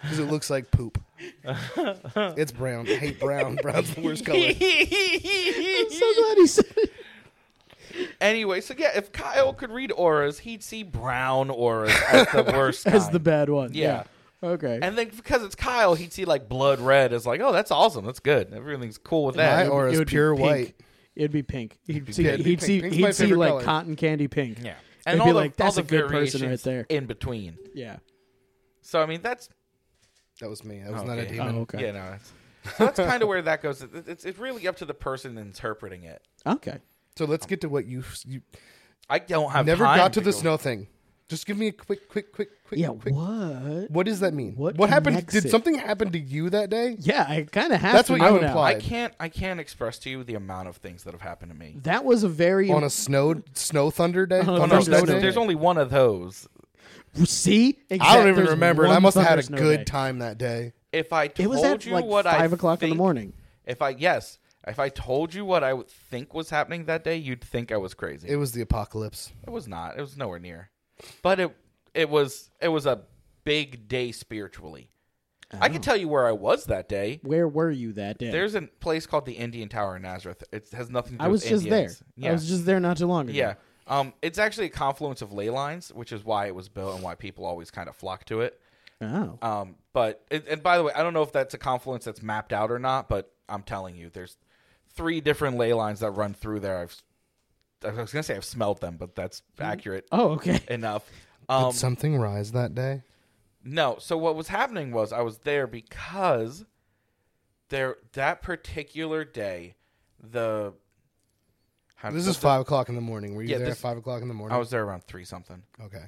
Speaker 2: because it looks like poop. It's brown. I hate brown. Brown's the worst color.
Speaker 3: I'm so glad he said it.
Speaker 1: Anyway, so yeah, if Kyle could read auras, he'd see brown auras as the worst.
Speaker 3: as
Speaker 1: kind.
Speaker 3: the bad one.
Speaker 1: Yeah.
Speaker 3: Yeah. Okay.
Speaker 1: And then because it's Kyle, he'd see like blood red as like, oh, that's awesome, that's good, everything's cool with
Speaker 2: My
Speaker 1: that.
Speaker 3: It would-
Speaker 2: aura
Speaker 3: it
Speaker 2: is
Speaker 3: would be
Speaker 2: pure
Speaker 3: pink.
Speaker 2: white.
Speaker 3: It'd be pink. He'd see.
Speaker 2: pink.
Speaker 3: He'd see.
Speaker 2: Pink's my
Speaker 3: He'd see
Speaker 2: favorite
Speaker 3: like
Speaker 2: color.
Speaker 3: cotton candy pink.
Speaker 1: yeah,
Speaker 3: It'd
Speaker 1: and
Speaker 3: be
Speaker 1: all
Speaker 3: like
Speaker 1: the, all
Speaker 3: that's
Speaker 1: the
Speaker 3: a good
Speaker 1: variations
Speaker 3: person right there.
Speaker 1: in between.
Speaker 3: Yeah.
Speaker 1: So I mean, that's
Speaker 2: That was me. That was not a
Speaker 1: Okay.
Speaker 2: demon.
Speaker 3: Oh, okay.
Speaker 1: yeah, no, that's, so that's kind of where that goes. It- It's it's really up to the person interpreting it.
Speaker 3: Okay.
Speaker 2: So let's get to what you you
Speaker 1: I don't have
Speaker 2: never
Speaker 1: time
Speaker 2: got to
Speaker 1: to
Speaker 2: the
Speaker 1: go-
Speaker 2: snow thing. Just give me a quick, quick, quick, quick.
Speaker 3: Yeah.
Speaker 2: quick.
Speaker 3: What?
Speaker 2: What does that mean?
Speaker 3: What
Speaker 2: happened?
Speaker 3: connects
Speaker 2: Did
Speaker 3: it?
Speaker 2: something happen to you that day?
Speaker 3: Yeah. I kind of have.
Speaker 2: That's
Speaker 3: to
Speaker 2: what
Speaker 3: know
Speaker 2: you
Speaker 3: now.
Speaker 2: implied.
Speaker 1: I can't I can't express to you the amount of things that have happened to me.
Speaker 3: That was a very.
Speaker 2: On a snow snow thunder day.
Speaker 3: Oh,
Speaker 1: Oh,
Speaker 2: Thunder
Speaker 1: no,
Speaker 3: First
Speaker 2: snow
Speaker 1: there's,
Speaker 3: snow
Speaker 2: day?
Speaker 1: there's only one of those.
Speaker 3: see.
Speaker 2: I
Speaker 3: Exact-
Speaker 2: don't even
Speaker 3: there's
Speaker 2: remember it.
Speaker 3: one
Speaker 2: I must have had a
Speaker 3: thunder snow
Speaker 2: good
Speaker 3: day.
Speaker 2: time that day.
Speaker 1: If I told
Speaker 3: It was at
Speaker 1: you
Speaker 3: like
Speaker 1: what
Speaker 3: five
Speaker 1: I
Speaker 3: o'clock in the
Speaker 1: think-
Speaker 3: morning.
Speaker 1: If I yes, if I told you what I would think was happening that day, you'd think I was crazy.
Speaker 2: It was the apocalypse.
Speaker 1: It was not. It was nowhere near. But it it was it was a big day spiritually. I
Speaker 3: Oh.
Speaker 1: can tell you where I was that day.
Speaker 3: Where were you that day?
Speaker 1: There's a place called the Indian Tower in Nazareth. It has nothing to do
Speaker 3: I was
Speaker 1: with
Speaker 3: just there.
Speaker 1: Indians. Yeah.
Speaker 3: I was just there not too long ago.
Speaker 1: yeah. Um, it's actually a confluence of ley lines, which is why it was built and why people always kind of flock to it.
Speaker 3: Oh.
Speaker 1: Um, but and and by the way, I don't know if that's a confluence that's mapped out or not, but I'm telling you, there's three different ley lines that run through there. I've I was gonna say I've smelled them, but that's accurate
Speaker 3: Oh. Okay.
Speaker 1: enough.
Speaker 2: Did
Speaker 1: Um,
Speaker 2: something rise that day?
Speaker 1: No. So what was happening was I was there because there that particular day, the how-
Speaker 2: This
Speaker 1: the-
Speaker 2: is five o'clock in the morning. Were you
Speaker 1: Yeah,
Speaker 2: there
Speaker 1: this-
Speaker 2: at five o'clock in the morning?
Speaker 1: I was there around three something.
Speaker 2: okay.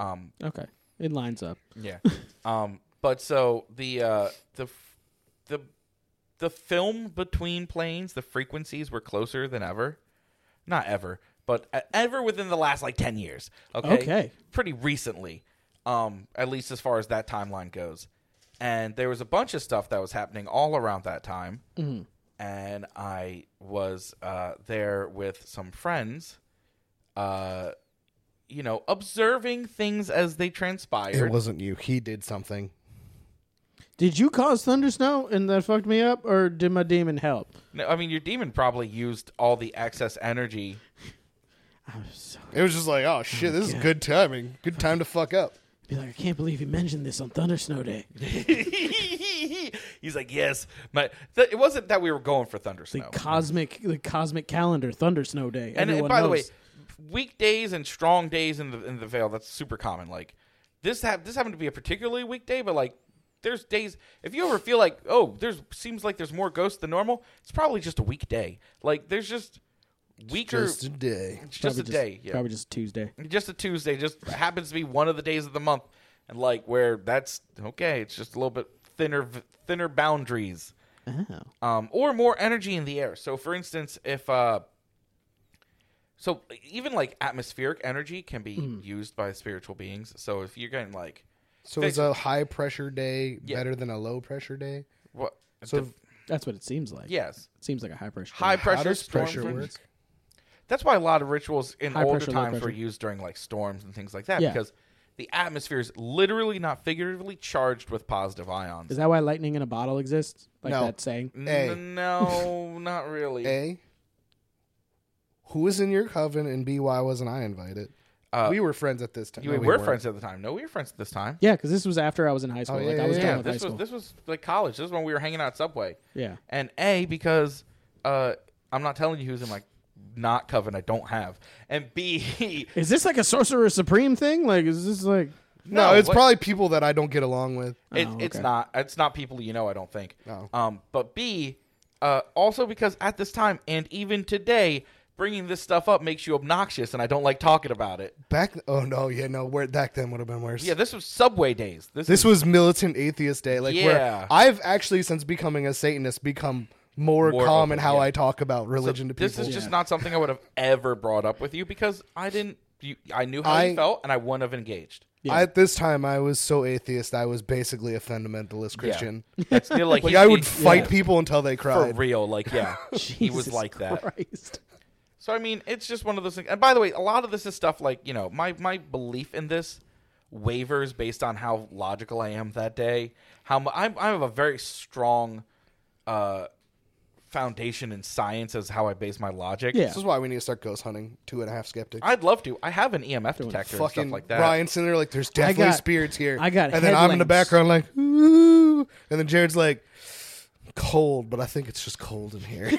Speaker 1: Um.
Speaker 3: Okay. It lines up.
Speaker 1: Yeah. um. But so the uh the f- the the film between planes, the frequencies were closer than ever. Not ever, but uh, ever within the last like ten years. Okay.
Speaker 3: Okay.
Speaker 1: pretty recently, um, at least as far as that timeline goes. And there was a bunch of stuff that was happening all around that time. And I was uh, there with some friends, uh, you know, observing things as they
Speaker 2: It
Speaker 1: transpired.
Speaker 2: wasn't you. He did something.
Speaker 3: Did you cause thunder snow and that fucked me up, or did my demon help?
Speaker 1: No, I mean, your demon probably used all the excess energy.
Speaker 3: I'm so
Speaker 2: It was just like, oh shit, this is good timing. Good time to fuck up.
Speaker 3: be like, I can't believe you mentioned this on Thunder Snow Day.
Speaker 1: He's like, yes, my. Th- it wasn't that we were going for thunder
Speaker 3: The
Speaker 1: snow.
Speaker 3: cosmic, the cosmic calendar, Thunder Snow Day.
Speaker 1: and, and
Speaker 3: Everyone
Speaker 1: by the way,
Speaker 3: knows.
Speaker 1: weekdays and strong days in the in the veil that's super common. Like this hap this happened to be a particularly weak day, but like there's days if you ever feel like oh there's seems like there's more ghosts than normal, it's probably just a weak day. Like there's just weaker,
Speaker 2: Just
Speaker 1: it's
Speaker 2: a day.
Speaker 1: just, a day, yeah,
Speaker 3: probably just Tuesday.
Speaker 1: just a Tuesday. Just happens to be one of the days of the month, and like where that's okay, it's just a little bit thinner thinner boundaries
Speaker 3: Oh,
Speaker 1: um, or more energy in the air. So, for instance, if uh, so even like atmospheric energy can be used by spiritual beings. So, if you're getting like
Speaker 2: So is a high pressure day
Speaker 1: Yeah.
Speaker 2: better than a low pressure day?
Speaker 1: what,
Speaker 2: So
Speaker 1: the-
Speaker 3: that's what it seems like.
Speaker 1: yes,
Speaker 3: seems like a high pressure.
Speaker 1: high
Speaker 2: how
Speaker 1: pressure,
Speaker 2: does
Speaker 1: storm
Speaker 2: pressure
Speaker 1: winds.
Speaker 2: work?
Speaker 1: That's why a lot of rituals in
Speaker 3: High
Speaker 1: older
Speaker 3: pressure, low
Speaker 1: times were
Speaker 3: pressure.
Speaker 1: used during like storms and things like that
Speaker 3: Yeah.
Speaker 1: because the atmosphere is literally not figuratively charged with positive ions.
Speaker 3: Is that why lightning in a bottle exists? Like
Speaker 2: No.
Speaker 3: that saying.
Speaker 1: N-
Speaker 2: A.
Speaker 1: no, not really.
Speaker 2: A. Who was in your coven, and B. Why wasn't I invited?
Speaker 1: Uh,
Speaker 2: we were friends at this time.
Speaker 1: You-
Speaker 2: No,
Speaker 1: we,
Speaker 2: we
Speaker 1: were
Speaker 2: weren't.
Speaker 1: friends at the time. No, we were friends at this time.
Speaker 3: Yeah, because this was after I was in high school.
Speaker 1: Oh,
Speaker 2: yeah,
Speaker 3: like
Speaker 2: yeah,
Speaker 3: I was
Speaker 2: yeah.
Speaker 3: done with high
Speaker 1: this
Speaker 3: school.
Speaker 1: was this was like college. This is when we were hanging out at Subway.
Speaker 3: yeah.
Speaker 1: and A because uh, I'm not telling you who's in my not coven. I don't have, and B
Speaker 3: Is this like a Sorcerer Supreme thing? Like, is this like?
Speaker 2: No,
Speaker 1: No,
Speaker 2: it's
Speaker 1: what-
Speaker 2: probably people that I don't get along with.
Speaker 1: it,
Speaker 3: Oh,
Speaker 1: it's
Speaker 3: okay.
Speaker 1: not. It's not people you know. I don't think.
Speaker 2: No.
Speaker 1: Um, but B uh, also because at this time and even today, bringing this stuff up makes you obnoxious, and I don't like talking about it.
Speaker 2: Back, oh no, yeah, no, where back then would have been worse.
Speaker 1: Yeah, this was Subway days. This,
Speaker 2: this
Speaker 1: is,
Speaker 2: was militant atheist day. Like, where
Speaker 1: Yeah.
Speaker 2: I've actually since becoming a Satanist become more,
Speaker 1: More
Speaker 2: calm
Speaker 1: open,
Speaker 2: in how
Speaker 1: yeah.
Speaker 2: I talk about religion to people.
Speaker 1: This is just not something I would have ever brought up with you because I didn't. You, I knew how
Speaker 2: I-
Speaker 1: you felt, and I wouldn't have engaged.
Speaker 3: Yeah.
Speaker 2: I, at this time, I was so atheist. I was basically a fundamentalist Christian.
Speaker 1: That's still like,
Speaker 2: Like
Speaker 1: he-
Speaker 2: I would
Speaker 1: he-
Speaker 2: fight
Speaker 1: yeah,
Speaker 2: people until they
Speaker 1: for
Speaker 2: cried.
Speaker 1: real. Like yeah, he was
Speaker 3: Jesus
Speaker 1: like that.
Speaker 3: Christ.
Speaker 1: So I mean, it's just one of those things. And by the way, a lot of this is stuff like you know my my belief in this wavers based on how logical I am that day. How mu- I'm I have a very strong uh, foundation in science as how I base my logic.
Speaker 3: Yeah.
Speaker 2: This is why we need to start ghost hunting. Two and a half skeptics.
Speaker 1: I'd love to. I have an EMF detector and
Speaker 2: Fucking
Speaker 1: stuff like that.
Speaker 2: Ryan sitting there like, there's definitely
Speaker 3: got-
Speaker 2: spirits here.
Speaker 3: I got
Speaker 2: and then I'm in the
Speaker 3: headlamps.
Speaker 2: background like, ooh, and then Jared's like, cold, but I think it's just cold in here.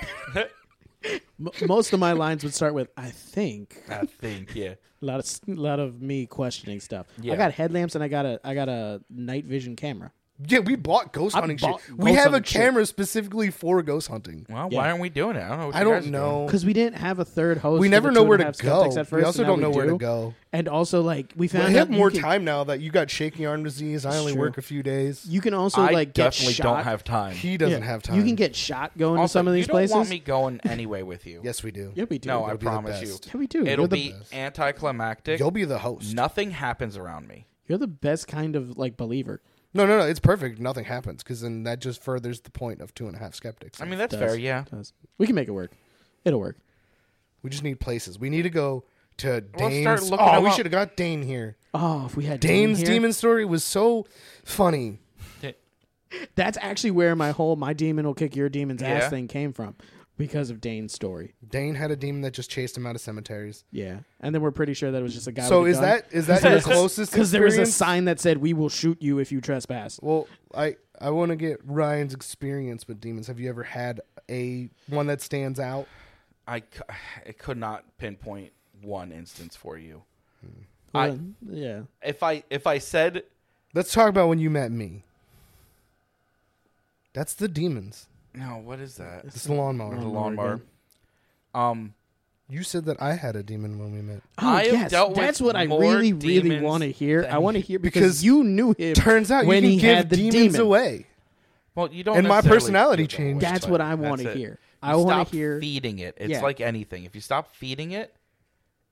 Speaker 3: M- most of my lines would start with "I think."
Speaker 1: I think yeah.
Speaker 3: A lot of s- lot of me questioning stuff. I
Speaker 1: Yeah.
Speaker 3: got headlamps and I got a I got a night vision camera.
Speaker 2: yeah, we bought ghost
Speaker 3: I
Speaker 2: hunting
Speaker 3: bought
Speaker 2: shit. We
Speaker 3: ghost
Speaker 2: have a
Speaker 3: hunting shit.
Speaker 2: camera specifically for ghost hunting.
Speaker 1: Well,
Speaker 3: Yeah.
Speaker 1: why aren't we doing it? I don't know. What
Speaker 2: I
Speaker 1: you guys
Speaker 2: don't
Speaker 1: are
Speaker 2: know.
Speaker 3: Because we didn't have a third host.
Speaker 2: We
Speaker 3: for
Speaker 2: never
Speaker 3: the
Speaker 2: know
Speaker 3: two
Speaker 2: where
Speaker 3: and a
Speaker 2: to
Speaker 3: half skeptics
Speaker 2: go.
Speaker 3: at
Speaker 2: We
Speaker 3: first,
Speaker 2: also
Speaker 3: and now
Speaker 2: don't know
Speaker 3: we
Speaker 2: where to
Speaker 3: do.
Speaker 2: go.
Speaker 3: And also, like we
Speaker 2: I
Speaker 3: found
Speaker 2: have
Speaker 3: out you
Speaker 2: more
Speaker 3: can-
Speaker 2: time now that you got shaky arm disease. I only work a few days.
Speaker 3: You can also
Speaker 1: Doing. I
Speaker 3: like get
Speaker 1: definitely
Speaker 3: shot.
Speaker 1: don't have time.
Speaker 2: He doesn't
Speaker 3: Yeah.
Speaker 2: have time.
Speaker 3: You can get shot going
Speaker 1: Also,
Speaker 3: to some of these
Speaker 1: you don't
Speaker 3: places.
Speaker 1: want me going anyway with you.
Speaker 2: Yes, we do.
Speaker 3: Yeah, we do.
Speaker 1: no, I
Speaker 2: be the
Speaker 1: promise you.
Speaker 2: best.
Speaker 3: yeah, we do.
Speaker 1: It'll
Speaker 3: you're the,
Speaker 1: be anticlimactic.
Speaker 2: You'll be the host.
Speaker 1: Nothing happens around me.
Speaker 3: you're the best kind of like believer.
Speaker 2: No, no, no. It's perfect. Nothing happens because then that just furthers the point of two and a half skeptics.
Speaker 1: I mean, that's
Speaker 3: Does.
Speaker 1: fair. Yeah.
Speaker 3: Does. We can make it work. It'll work.
Speaker 2: we just need places. We need to go to
Speaker 1: We'll
Speaker 2: Dane's.
Speaker 1: start looking
Speaker 2: oh,
Speaker 1: them
Speaker 2: we
Speaker 1: up.
Speaker 2: should have got Dane here.
Speaker 3: Oh, if we had
Speaker 2: Dane's
Speaker 3: Dane here,
Speaker 2: demon story was so funny.
Speaker 3: That's actually where my whole "my demon will kick your demon's ass"
Speaker 1: Yeah.
Speaker 3: thing came from, because of Dane's story.
Speaker 2: Dane had a demon that just chased him out of cemeteries.
Speaker 3: Yeah, and then we're pretty sure that it was just a guy.
Speaker 2: so
Speaker 3: with a
Speaker 2: is
Speaker 3: gun.
Speaker 2: that is that your closest?
Speaker 3: because there was a
Speaker 2: experience?
Speaker 3: sign that said, "We will shoot you if you trespass."
Speaker 2: Well, I I want to get Ryan's experience with demons. Have you ever had a one that stands out?
Speaker 1: I, c- I could not pinpoint one instance for you. I-
Speaker 3: Well, yeah,
Speaker 1: If I if I said
Speaker 2: Let's talk about when you met me. That's the demons.
Speaker 1: no, what is that?
Speaker 2: It's the lawnmower.
Speaker 1: The
Speaker 3: Lawnmower
Speaker 1: lawnmower.
Speaker 3: again.
Speaker 1: Um,
Speaker 2: You said that I had a demon when we met.
Speaker 3: Oh,
Speaker 1: I have
Speaker 3: yes,
Speaker 1: dealt with
Speaker 3: that's what I
Speaker 1: more
Speaker 3: really, really
Speaker 1: demons
Speaker 3: want to hear. I
Speaker 1: than-
Speaker 3: want to hear because,
Speaker 2: Because
Speaker 3: you knew him.
Speaker 2: Turns out
Speaker 3: when
Speaker 2: you
Speaker 3: he
Speaker 2: can give
Speaker 3: had the
Speaker 2: demons
Speaker 3: demon.
Speaker 2: away.
Speaker 1: well, you don't.
Speaker 2: And my
Speaker 1: necessarily
Speaker 2: personality
Speaker 1: give them away,
Speaker 2: changed.
Speaker 3: That's
Speaker 1: but
Speaker 3: what I wanna
Speaker 1: that's it.
Speaker 3: hear.
Speaker 1: You
Speaker 3: I wanna
Speaker 1: stop
Speaker 3: hear-
Speaker 1: feeding it. It's
Speaker 3: Yeah.
Speaker 1: like anything. If you stop feeding it,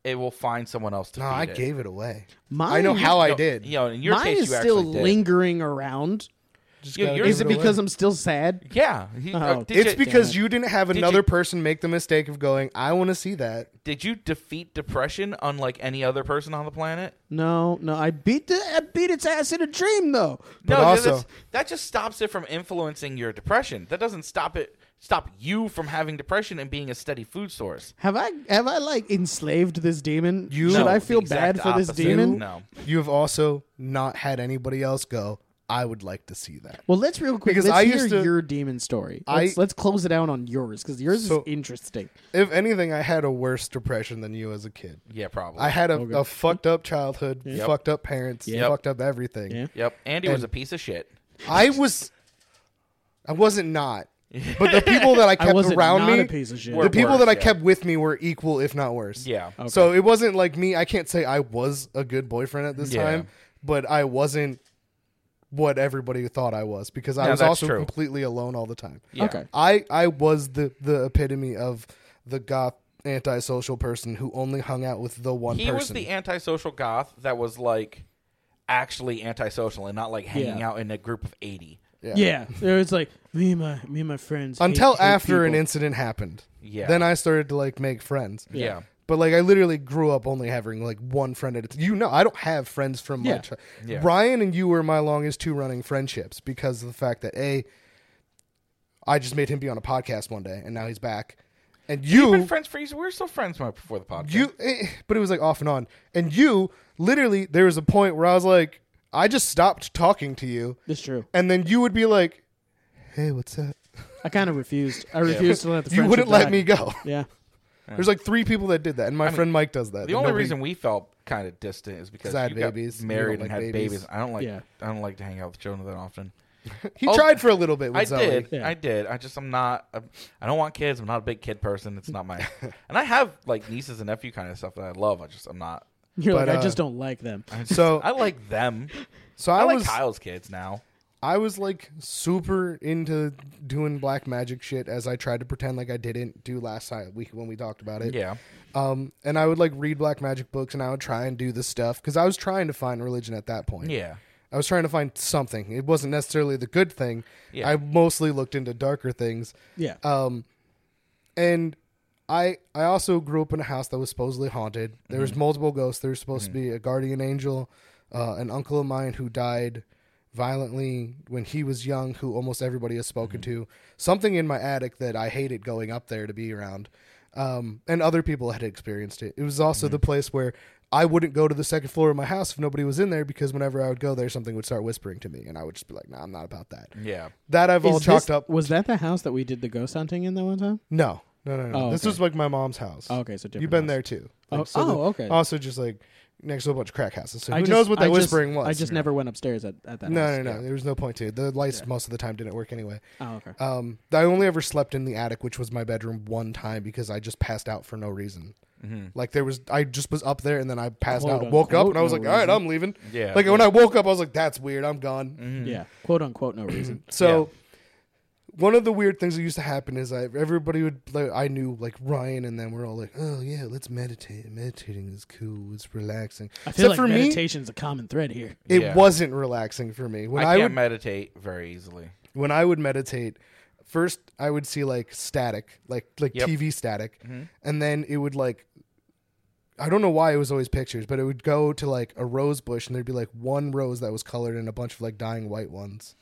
Speaker 1: it will find someone else to
Speaker 2: No,
Speaker 1: feed
Speaker 2: I
Speaker 1: it.
Speaker 2: gave it away.
Speaker 3: Mine,
Speaker 2: I know how I
Speaker 1: No,
Speaker 2: did.
Speaker 1: You know, in your
Speaker 3: Mine
Speaker 1: case,
Speaker 3: is
Speaker 1: you
Speaker 3: still
Speaker 1: actually did.
Speaker 3: lingering around.
Speaker 2: Just
Speaker 1: Yeah,
Speaker 2: gotta
Speaker 1: yours-
Speaker 2: give
Speaker 3: Is it
Speaker 2: away.
Speaker 3: because I'm still sad?
Speaker 1: Yeah. He, uh,
Speaker 3: Oh.
Speaker 1: did
Speaker 2: it's
Speaker 1: you,
Speaker 2: because
Speaker 3: it.
Speaker 2: you didn't have
Speaker 1: you-
Speaker 2: another person make the mistake of going, I want to see that.
Speaker 1: did you defeat depression unlike any other person on the planet?
Speaker 3: No, no. I beat the, I beat its ass in a dream though.
Speaker 2: But
Speaker 1: no,
Speaker 2: also-
Speaker 1: that's- that just stops it from influencing your depression. That doesn't stop it stop you from having depression and being a steady food source.
Speaker 3: Have I have I like enslaved this demon?
Speaker 2: You-
Speaker 3: Should
Speaker 2: No,
Speaker 3: I
Speaker 1: the
Speaker 3: feel
Speaker 1: exact
Speaker 3: bad for this
Speaker 1: opposite.
Speaker 3: demon?
Speaker 1: No.
Speaker 2: You have also not had anybody else go, I would like to see that.
Speaker 3: Well, let's real quick.
Speaker 2: Because
Speaker 3: let's
Speaker 2: I
Speaker 3: hear
Speaker 2: used to-
Speaker 3: your demon story.
Speaker 2: I-
Speaker 3: Let's, let's close it out on yours because yours
Speaker 2: So-
Speaker 3: is interesting.
Speaker 2: If anything, I had a worse depression than you as a kid.
Speaker 1: Yeah, probably.
Speaker 2: I had a, a fucked up childhood,
Speaker 1: Yep.
Speaker 2: fucked up parents,
Speaker 3: Yep.
Speaker 2: fucked up everything.
Speaker 3: Yeah.
Speaker 1: yep. Andy was a piece of shit.
Speaker 2: I was, I wasn't not, but the people that I kept
Speaker 3: wasn't
Speaker 2: around
Speaker 3: not
Speaker 2: me,
Speaker 3: a piece of shit.
Speaker 2: the people
Speaker 1: worse,
Speaker 2: that I
Speaker 1: yeah.
Speaker 2: kept with me were equal, if not worse.
Speaker 1: Yeah.
Speaker 2: So it wasn't like me. I can't say I was a good boyfriend at this
Speaker 1: Yeah.
Speaker 2: time, but I wasn't what everybody thought I was because I
Speaker 1: No,
Speaker 2: was
Speaker 1: that's
Speaker 2: also
Speaker 1: true.
Speaker 2: completely alone all the time.
Speaker 1: Yeah.
Speaker 3: Okay.
Speaker 2: I I was the the epitome of the goth antisocial person who only hung out with the one
Speaker 1: He
Speaker 2: person.
Speaker 1: was the antisocial goth that was like actually antisocial and not like hanging
Speaker 3: Yeah.
Speaker 1: out in a group of 80.
Speaker 2: Yeah.
Speaker 3: Yeah, it was like me and my me and my friends. hate-
Speaker 2: until
Speaker 3: hate
Speaker 2: after an
Speaker 3: people.
Speaker 2: incident happened.
Speaker 1: Yeah.
Speaker 2: Then I started to like make friends.
Speaker 1: Yeah.
Speaker 2: But like I literally grew up only having like one friend at a time. You know, I don't have friends from my
Speaker 3: Yeah.
Speaker 2: child.
Speaker 1: Yeah.
Speaker 2: Ryan and you were my longest two running friendships because of the fact that a I just made him be on a podcast one day and now he's back. And
Speaker 1: We've been
Speaker 2: you
Speaker 1: friends for years. We were still friends from before the podcast.
Speaker 2: you eh, but it was like off and on. And you literally there was a point where I was like I just stopped talking to you
Speaker 3: That's true.
Speaker 2: and then you would be like, "Hey, what's up?"
Speaker 3: I kind of refused. I refused to let the
Speaker 2: You
Speaker 3: friendship
Speaker 2: wouldn't let
Speaker 3: die.
Speaker 2: me go.
Speaker 3: Yeah,
Speaker 2: There's like three people that did that, and my friend Mike does that.
Speaker 1: the only reason we felt kind of distant is because
Speaker 2: 'Cause I had
Speaker 1: you got
Speaker 2: babies. You
Speaker 1: married
Speaker 2: don't
Speaker 1: and
Speaker 2: like
Speaker 1: had
Speaker 2: babies.
Speaker 1: babies. I don't like
Speaker 3: Yeah.
Speaker 1: I don't like to hang out with children that often.
Speaker 2: he
Speaker 1: Oh,
Speaker 2: tried for a little bit. With
Speaker 1: I
Speaker 2: Zoe.
Speaker 1: did.
Speaker 3: Yeah.
Speaker 1: I did. I just I'm not. I'm, I don't want kids. I'm not a big kid person. It's not my. and I have like nieces and nephew kind of stuff that I love. I just I'm not.
Speaker 3: you're
Speaker 2: But,
Speaker 3: like
Speaker 2: uh,
Speaker 3: I just don't like them.
Speaker 1: I just-
Speaker 2: So-
Speaker 1: I like them.
Speaker 2: So
Speaker 1: I,
Speaker 2: I,
Speaker 1: like
Speaker 2: was
Speaker 1: Kyle's kids now.
Speaker 2: I was like super into doing black magic shit as I tried to pretend like I didn't do last time, week when we talked about it.
Speaker 1: Yeah.
Speaker 2: Um, and I would like read black magic books and I would try and do this stuff because I was trying to find religion at that point.
Speaker 1: Yeah.
Speaker 2: I was trying to find something. It wasn't necessarily the good thing.
Speaker 1: Yeah.
Speaker 2: I mostly looked into darker things.
Speaker 3: Yeah.
Speaker 2: Um, and I I also grew up in a house that was supposedly haunted. There
Speaker 3: Mm-hmm.
Speaker 2: was multiple ghosts. There was supposed to be a guardian angel, uh, an uncle of mine who died violently when he was young, who almost everybody has spoken
Speaker 3: Mm-hmm.
Speaker 2: to. Something in my attic that I hated going up there to be around. Um, and other people had experienced it. It was also
Speaker 3: Mm-hmm.
Speaker 2: the place where I wouldn't go to the second floor of my house if nobody was in there because whenever I would go there, something would start whispering to me, and I would just be like, "Nah, I'm not about that."
Speaker 1: Yeah.
Speaker 2: That I've all
Speaker 3: Is
Speaker 2: chalked
Speaker 3: this-
Speaker 2: up.
Speaker 3: Was that the house that we did the ghost hunting in that one time?
Speaker 2: No, no, no, no.
Speaker 3: Oh,
Speaker 2: This
Speaker 3: okay.
Speaker 2: was like my mom's house.
Speaker 3: Oh, okay, so different
Speaker 2: You've been
Speaker 3: house.
Speaker 2: there too.
Speaker 3: Oh,
Speaker 2: Like, so
Speaker 3: oh,
Speaker 2: the-
Speaker 3: okay.
Speaker 2: Also, just like next to a bunch of crack houses. So
Speaker 3: I
Speaker 2: who
Speaker 3: just-
Speaker 2: knows what
Speaker 3: I
Speaker 2: that
Speaker 3: just-
Speaker 2: whispering was?
Speaker 3: I just never went upstairs at, at that.
Speaker 2: No,
Speaker 3: house.
Speaker 2: no, no. There was no point to. it. The lights most of the time didn't work anyway.
Speaker 3: Oh, okay.
Speaker 2: Um, I only ever slept in the attic, which was my bedroom, one time because I just passed out for no reason.
Speaker 3: Mm-hmm.
Speaker 2: Like there was, I just was up there and then I passed
Speaker 3: Quote,
Speaker 2: out, woke up,
Speaker 3: unquote,
Speaker 2: and I was
Speaker 3: no
Speaker 2: like, "All right,
Speaker 3: reason."
Speaker 2: I'm leaving."
Speaker 1: Yeah,
Speaker 2: Like when I woke up, I was like, "That's weird. I'm gone."
Speaker 3: Yeah, quote unquote, no reason.
Speaker 2: So one of the weird things that used to happen is I everybody would like, I knew like Ryan and then we're all like, oh yeah, let's meditate. Meditating is cool. It's relaxing.
Speaker 3: I feel
Speaker 2: Except for
Speaker 3: like
Speaker 2: me,
Speaker 3: meditation's a common thread here.
Speaker 2: it
Speaker 1: Yeah.
Speaker 2: wasn't relaxing for me. When
Speaker 1: I
Speaker 2: I,
Speaker 1: can't
Speaker 2: would
Speaker 1: meditate very easily.
Speaker 2: when I would meditate, first I would see like static, like like
Speaker 1: Yep. Mm-hmm.
Speaker 2: TV static, and then it would like. I don't know why it was always pictures, but it would go to like a rose bush and there'd be like one rose that was colored and a bunch of like dying white ones.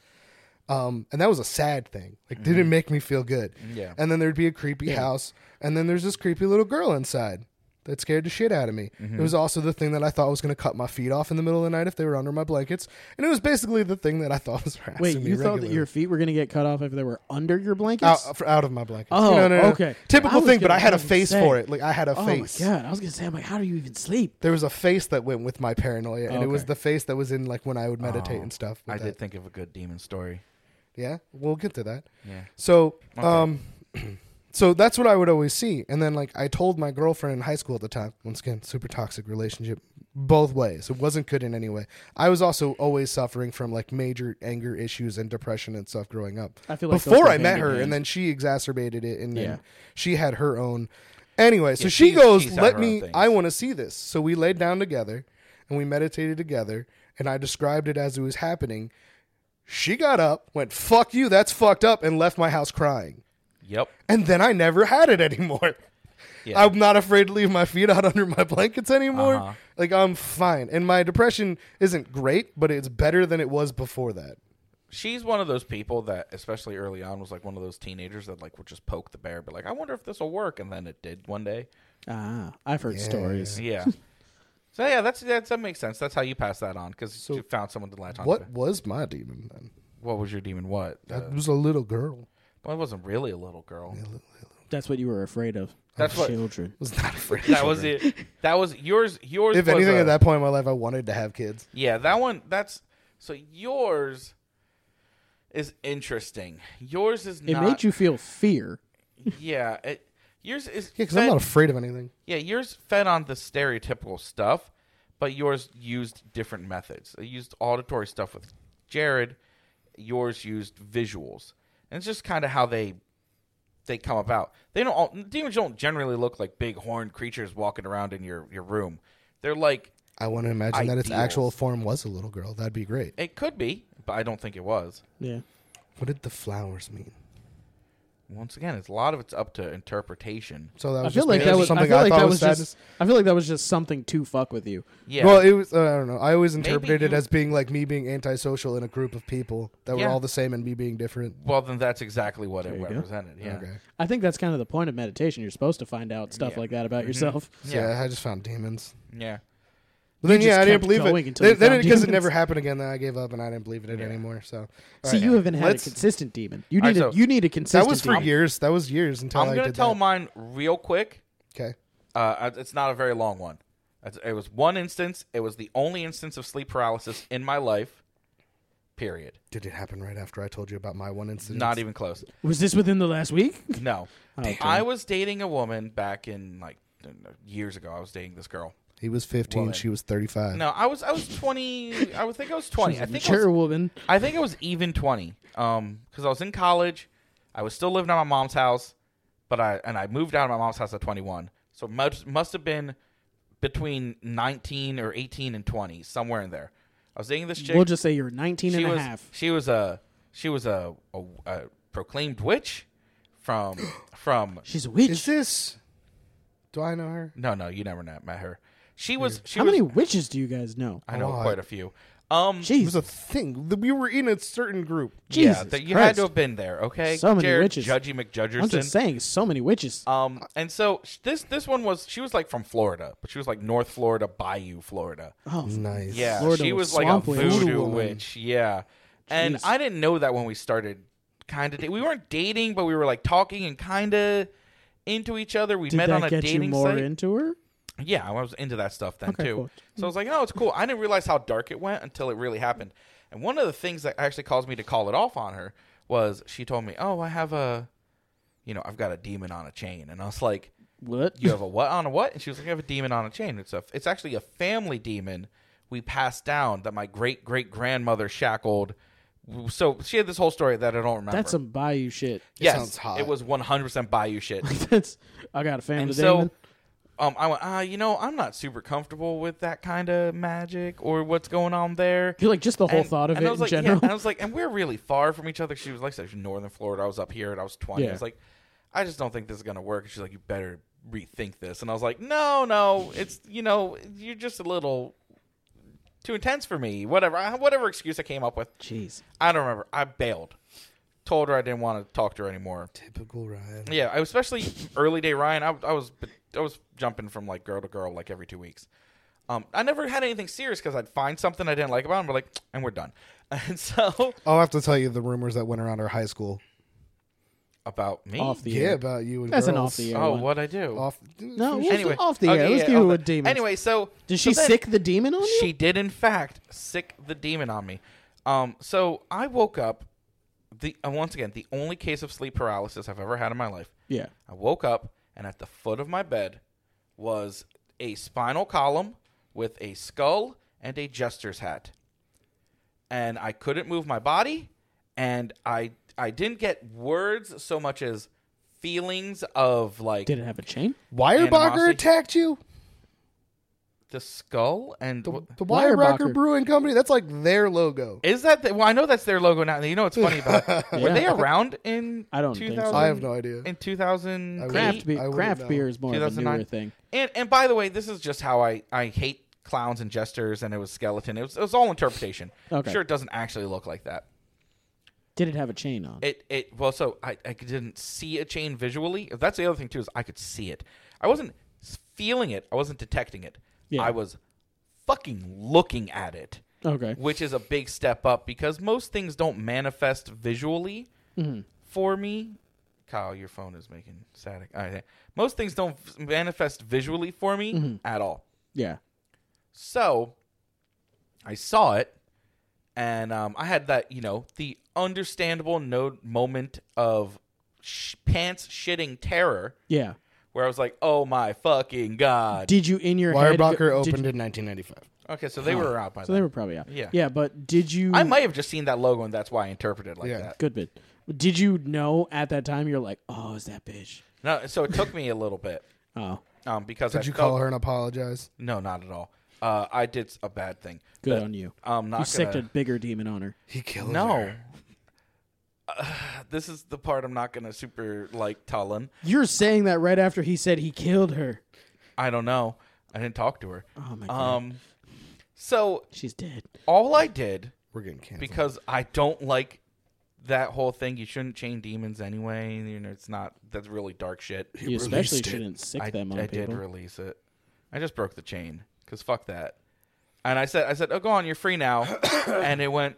Speaker 2: Um, and that was a sad thing. Like didn't make me feel good.
Speaker 1: Mm-hmm. Mm, Yeah.
Speaker 2: And then there'd be a creepy house, and then there's this creepy little girl inside that scared the shit out of me.
Speaker 1: Mm-hmm.
Speaker 2: It was also the thing that I thought was going to cut my feet off in the middle of the night if they were under my blankets, and it was basically the thing that I thought was harassing
Speaker 3: Wait,
Speaker 2: me.
Speaker 3: you thought that
Speaker 2: regularly
Speaker 3: your feet were gonna get cut off if they were under your blankets?
Speaker 2: out, f- out of my blankets.
Speaker 3: Oh,
Speaker 2: no, no, no.
Speaker 3: okay. I
Speaker 2: Typical
Speaker 3: was
Speaker 2: thing, but
Speaker 3: gonna
Speaker 2: I had a
Speaker 3: fucking
Speaker 2: face
Speaker 3: say.
Speaker 2: for it. Like I had a
Speaker 3: oh
Speaker 2: face.
Speaker 3: my god! I was gonna say, I'm like, how do you even sleep?
Speaker 2: There was a face that went with my paranoia, and it was
Speaker 3: Okay. Oh,
Speaker 2: the face that was in like when I would meditate and stuff. with
Speaker 1: I
Speaker 2: that.
Speaker 1: did think of a good demon story.
Speaker 2: Yeah, we'll get to that.
Speaker 1: Yeah.
Speaker 2: So, um, so that's what I would always see. And then, like, I told my girlfriend in high school at the time, once again, super toxic relationship, both ways. It wasn't good in any way. I was also always suffering from like major anger issues and depression and stuff growing up.
Speaker 3: I feel like those
Speaker 2: before
Speaker 3: go
Speaker 2: I met
Speaker 3: hand in
Speaker 2: her,
Speaker 3: hand.
Speaker 2: and then she exacerbated it, and
Speaker 3: Yeah.
Speaker 2: then she had her own. Anyway, so
Speaker 1: Yeah,
Speaker 2: she
Speaker 1: she's-
Speaker 2: goes,
Speaker 1: she's had
Speaker 2: "Let
Speaker 1: her own
Speaker 2: me.
Speaker 1: things.
Speaker 2: I want to see this." So we laid down together, and we meditated together, and I described it as it was happening. She got up, went, fuck you, that's fucked up, and left my house crying.
Speaker 1: Yep.
Speaker 2: And then I never had it anymore.
Speaker 1: Yeah. Uh-huh.
Speaker 2: I'm not afraid to leave my feet out under my blankets anymore. Like, I'm fine. And my depression isn't great, but it's better than it was before that.
Speaker 1: She's one of those people that, especially early on, was like one of those teenagers that like would just poke the bear, be like, "I wonder if this will work," and then it did one day.
Speaker 3: Ah, I've heard stories.
Speaker 1: Yeah. so yeah, that's, that's that makes sense. That's how you pass that on because you found someone to latch on.
Speaker 2: What
Speaker 1: To.
Speaker 2: was my demon then?
Speaker 1: What was your demon? What? Uh,
Speaker 2: That was a little girl.
Speaker 1: well, it wasn't really a little girl.
Speaker 3: That's what you were afraid of.
Speaker 1: That's what-
Speaker 3: children.
Speaker 2: was not afraid.
Speaker 1: That was it. That was yours. Yours.
Speaker 2: If
Speaker 1: was
Speaker 2: anything,
Speaker 1: a-
Speaker 2: at that point in my life, I wanted to have kids.
Speaker 1: Yeah, that one. That's so. Yours is interesting. Yours is
Speaker 3: It
Speaker 1: not.
Speaker 3: made you feel fear.
Speaker 1: Yeah. It, yours is.
Speaker 2: Yeah, because
Speaker 1: fed-
Speaker 2: I'm not afraid of anything.
Speaker 1: yeah, yours fed on the stereotypical stuff, but yours used different methods. It used auditory stuff with Jared. Yours used visuals, and it's just kind of how they they come about. They don't all demons don't generally look like big horned creatures walking around in your your room. They're like
Speaker 2: I want to imagine that its
Speaker 1: Ideals.
Speaker 2: actual form was a little girl. That'd be great.
Speaker 1: it could be, but I don't think it was.
Speaker 3: Yeah.
Speaker 2: What did the flowers mean?
Speaker 1: Once again, it's a lot of it's up to interpretation.
Speaker 2: So that
Speaker 3: I
Speaker 2: was
Speaker 3: feel
Speaker 2: just
Speaker 3: like
Speaker 2: me.
Speaker 3: that was. I
Speaker 2: something
Speaker 3: feel like
Speaker 2: thought
Speaker 3: that
Speaker 2: was
Speaker 3: was
Speaker 2: sadness.
Speaker 3: just. I feel like that was just something to fuck with you.
Speaker 1: Yeah.
Speaker 2: Well, it was. Uh, I don't know. I always interpreted it
Speaker 1: you-
Speaker 2: as being like me being antisocial in a group of people that
Speaker 1: Yeah.
Speaker 2: were all the same and me being different.
Speaker 1: Well, then that's exactly what it
Speaker 3: you go.
Speaker 1: represented. Yeah.
Speaker 2: Okay.
Speaker 3: I think that's kind of the point of meditation. You're supposed to find out stuff
Speaker 1: Yeah. Mm-hmm.
Speaker 3: like that about yourself.
Speaker 2: So, yeah. I just found demons.
Speaker 1: Yeah.
Speaker 2: But then
Speaker 3: just
Speaker 2: yeah, I didn't
Speaker 3: kept
Speaker 2: believe
Speaker 3: going
Speaker 2: it.
Speaker 3: until you
Speaker 2: Then- Then
Speaker 3: found
Speaker 2: because it
Speaker 3: demons.
Speaker 2: never happened again, then I gave up and I didn't believe in it anymore. So
Speaker 3: See, you haven't had
Speaker 2: Let's-
Speaker 3: a consistent demon. You
Speaker 1: Alright,
Speaker 3: need a,
Speaker 1: so-
Speaker 3: you need a consistent.
Speaker 2: that was for
Speaker 3: demon.
Speaker 2: years. That was years until
Speaker 1: I'm
Speaker 2: I
Speaker 1: going to
Speaker 2: did
Speaker 1: tell
Speaker 2: that.
Speaker 1: mine real quick.
Speaker 2: Okay.
Speaker 1: Uh, it's not a very long one. That's- It was one instance. It was the only instance of sleep paralysis in my life, period.
Speaker 2: Did it happen right after I told you about my one incident?
Speaker 1: Not even close.
Speaker 3: Was this within the last week?
Speaker 1: No.
Speaker 3: Okay.
Speaker 1: I was dating a woman back in like years ago. I was dating this girl.
Speaker 2: He was 15.
Speaker 1: Woman.
Speaker 2: She was 35.
Speaker 1: No, I was I was twenty. I would think I was twenty. I think I was
Speaker 3: Mature woman.
Speaker 1: I think it was even twenty. Um, because I was in college, I was still living at my mom's house, but I and I moved out of my mom's house at twenty one. So must must have been between nineteen or eighteen and twenty, somewhere in there. I was dating this chick.
Speaker 3: We'll just say you're 19
Speaker 1: she
Speaker 3: and
Speaker 1: was
Speaker 3: a half.
Speaker 1: she was a she was a, a, a proclaimed witch from from
Speaker 3: She's a witch.
Speaker 2: Is this? Do I know her?
Speaker 1: no no you never met met her. She was she
Speaker 3: How
Speaker 1: was
Speaker 3: many witches do you guys know?
Speaker 1: I know
Speaker 2: Oh, I-
Speaker 1: quite a few. Um,
Speaker 2: It was
Speaker 3: Jesus.
Speaker 2: a thing. that We were in a certain group.
Speaker 3: Jesus
Speaker 1: yeah, that you
Speaker 3: Christ.
Speaker 1: had to have been there. Okay,
Speaker 3: So many
Speaker 1: Jared
Speaker 3: witches.
Speaker 1: Judgy McJudgerson.
Speaker 3: I'm just saying, so many witches.
Speaker 1: Um, and so sh- this this one was she was like from Florida, but she was like North Florida, Bayou, Florida.
Speaker 3: oh,
Speaker 2: Nice.
Speaker 1: Yeah,
Speaker 3: Florida
Speaker 1: she
Speaker 3: with
Speaker 1: was like a
Speaker 3: swamp witch.
Speaker 1: voodoo
Speaker 2: Voodoo woman.
Speaker 1: witch. Yeah, and
Speaker 3: Jeez.
Speaker 1: I didn't know that when we started. Kind of, da- we weren't dating, but we were like talking and kind of into each other. We
Speaker 3: did
Speaker 1: met on
Speaker 3: that
Speaker 1: a
Speaker 3: get you
Speaker 1: dating
Speaker 3: more
Speaker 1: site.
Speaker 3: into her?
Speaker 1: Yeah, I was into that stuff then
Speaker 3: Okay,
Speaker 1: too.
Speaker 3: cool.
Speaker 1: So I was like, oh, it's cool. I didn't realize how dark it went until it really happened. And one of the things that actually caused me to call it off on her was she told me, oh, I have a, you know, I've got a demon on a chain, and I was like,
Speaker 3: What?
Speaker 1: you have a what on a what? And she was like, I have a demon on a chain. It's a, it's actually a family demon we passed down that my great great grandmother shackled. So she had this whole story that I don't remember.
Speaker 3: That's some bayou shit.
Speaker 1: yes,
Speaker 2: sounds hot.
Speaker 1: it was 100% Bayou shit.
Speaker 3: That's I got a family
Speaker 1: and
Speaker 3: demon.
Speaker 1: so um, I went, ah, you know, I'm not super comfortable with that kind of magic or what's going on there.
Speaker 3: You're like just the whole
Speaker 1: And-
Speaker 3: thought of
Speaker 1: and
Speaker 3: it
Speaker 1: I was
Speaker 3: in
Speaker 1: like, yeah,
Speaker 3: general.
Speaker 1: and I was like, and we're really far from each other. She was like, so she's northern Florida. I was up here, and I was twenty.
Speaker 3: Yeah.
Speaker 1: I was like, I just don't think this is gonna work. And she's like, you better rethink this. And I was like, no, no, it's you know, you're just a little too intense for me. Whatever, I, whatever excuse I came up with,
Speaker 3: Jeez.
Speaker 1: I don't remember. I bailed. Told her I didn't want to talk to her anymore.
Speaker 2: Typical Ryan.
Speaker 1: Yeah, I, especially early day Ryan. I, I was I was jumping from like girl to girl like every two weeks. Um, I never had anything serious because I'd find something I didn't like about him, but like, and we're done. And so
Speaker 2: I'll have to tell you the rumors that went around our high school.
Speaker 1: about me,
Speaker 3: Off the
Speaker 2: Yeah,
Speaker 3: air.
Speaker 2: about you and
Speaker 3: That's an
Speaker 2: girls.
Speaker 3: off the air.
Speaker 1: oh,
Speaker 3: one.
Speaker 1: what I do?
Speaker 2: Off.
Speaker 3: No,
Speaker 2: Finish it.
Speaker 3: we'll-
Speaker 1: anyway,
Speaker 3: off the air. Let's give
Speaker 1: off
Speaker 3: you
Speaker 1: the-
Speaker 3: a demon.
Speaker 1: Anyway, so
Speaker 3: Did she
Speaker 1: so then-
Speaker 3: sick the demon on you?
Speaker 1: She did, in fact, sick the demon on me. Um, so I woke up. The uh, once again, the only case of sleep paralysis I've ever had in my life.
Speaker 3: yeah.
Speaker 1: I woke up, and at the foot of my bed was a spinal column with a skull and a jester's hat. And I couldn't move my body, and I I didn't get words so much as feelings of like
Speaker 3: Did it have a chain?
Speaker 2: Weyerbacher
Speaker 1: Animosity.
Speaker 2: attacked you.
Speaker 1: the skull and
Speaker 2: The, the
Speaker 3: Weyerbacher.
Speaker 2: Weyerbacher Brewing Company. That's like their logo.
Speaker 1: is that the, well? I know that's their logo now. and You know what's funny about it? were
Speaker 3: Yeah.
Speaker 1: they around in
Speaker 3: I don't think so.
Speaker 1: 2000
Speaker 2: I have no idea.
Speaker 1: in two thousand
Speaker 2: I
Speaker 3: Craft,
Speaker 2: I
Speaker 3: be-
Speaker 2: wouldn't
Speaker 3: craft
Speaker 2: know.
Speaker 3: beer is more of a
Speaker 1: 2009.
Speaker 3: newer thing.
Speaker 1: And and by the way, this is just how I I hate clowns and jesters, and it was skeleton. It was it was all interpretation.
Speaker 3: Okay.
Speaker 1: Sure, it doesn't actually look like that.
Speaker 3: Did it have a chain on?
Speaker 1: It it well, so I I didn't see a chain visually. That's the other thing too is I could see it. I wasn't s- feeling it. I wasn't detecting it.
Speaker 3: Yeah.
Speaker 1: I was fucking looking at it,
Speaker 3: okay.
Speaker 1: which is a big step up because most things don't manifest visually
Speaker 3: Mm-hmm.
Speaker 1: for me. Kyle, your phone is making static. All right. Most things don't f- manifest visually for me
Speaker 3: Mm-hmm.
Speaker 1: at all.
Speaker 3: Yeah.
Speaker 1: So I saw it, and um, I had that, you know, the understandable no moment of sh- pants shitting terror
Speaker 3: Yeah.
Speaker 1: where I was like, oh my fucking God.
Speaker 3: Did you in your head? go-
Speaker 2: Weyerbacher
Speaker 3: did
Speaker 2: opened in 1995.
Speaker 1: Okay, so they were out by
Speaker 3: So
Speaker 1: then.
Speaker 3: they were probably out.
Speaker 1: Yeah.
Speaker 3: Yeah, but did you?
Speaker 1: I might have just seen that logo, and that's why I interpreted it like
Speaker 2: Yeah.
Speaker 1: that.
Speaker 3: Good bit. Did you know at that time you're like, oh, is that bitch?
Speaker 1: No, so it took me a little bit
Speaker 3: Oh,
Speaker 1: um, because I
Speaker 2: Did you
Speaker 1: felt-
Speaker 2: call her and apologize?
Speaker 1: No, not at all. Uh, I did a bad thing.
Speaker 3: good
Speaker 1: But
Speaker 3: on you.
Speaker 1: I'm
Speaker 3: you
Speaker 1: not
Speaker 3: sicked a
Speaker 1: gonna.
Speaker 3: bigger demon on her.
Speaker 2: He killed
Speaker 1: No.
Speaker 2: her.
Speaker 1: Uh, this is the part I'm not gonna super like tell in.
Speaker 3: You're saying that right after he said he killed her.
Speaker 1: I don't know. I didn't talk to her.
Speaker 3: Oh my god,
Speaker 1: Um, so
Speaker 3: she's dead.
Speaker 1: all I did
Speaker 2: We're getting canceled.
Speaker 1: because I don't like that whole thing. You shouldn't chain demons anyway. You know, it's not that's really dark shit.
Speaker 3: You especially
Speaker 2: released it.
Speaker 3: shouldn't sick
Speaker 1: I,
Speaker 3: them on
Speaker 1: I
Speaker 3: people.
Speaker 1: did release it. I just broke the chain because fuck that. And I said, I said, oh, go on, you're free now. and it went,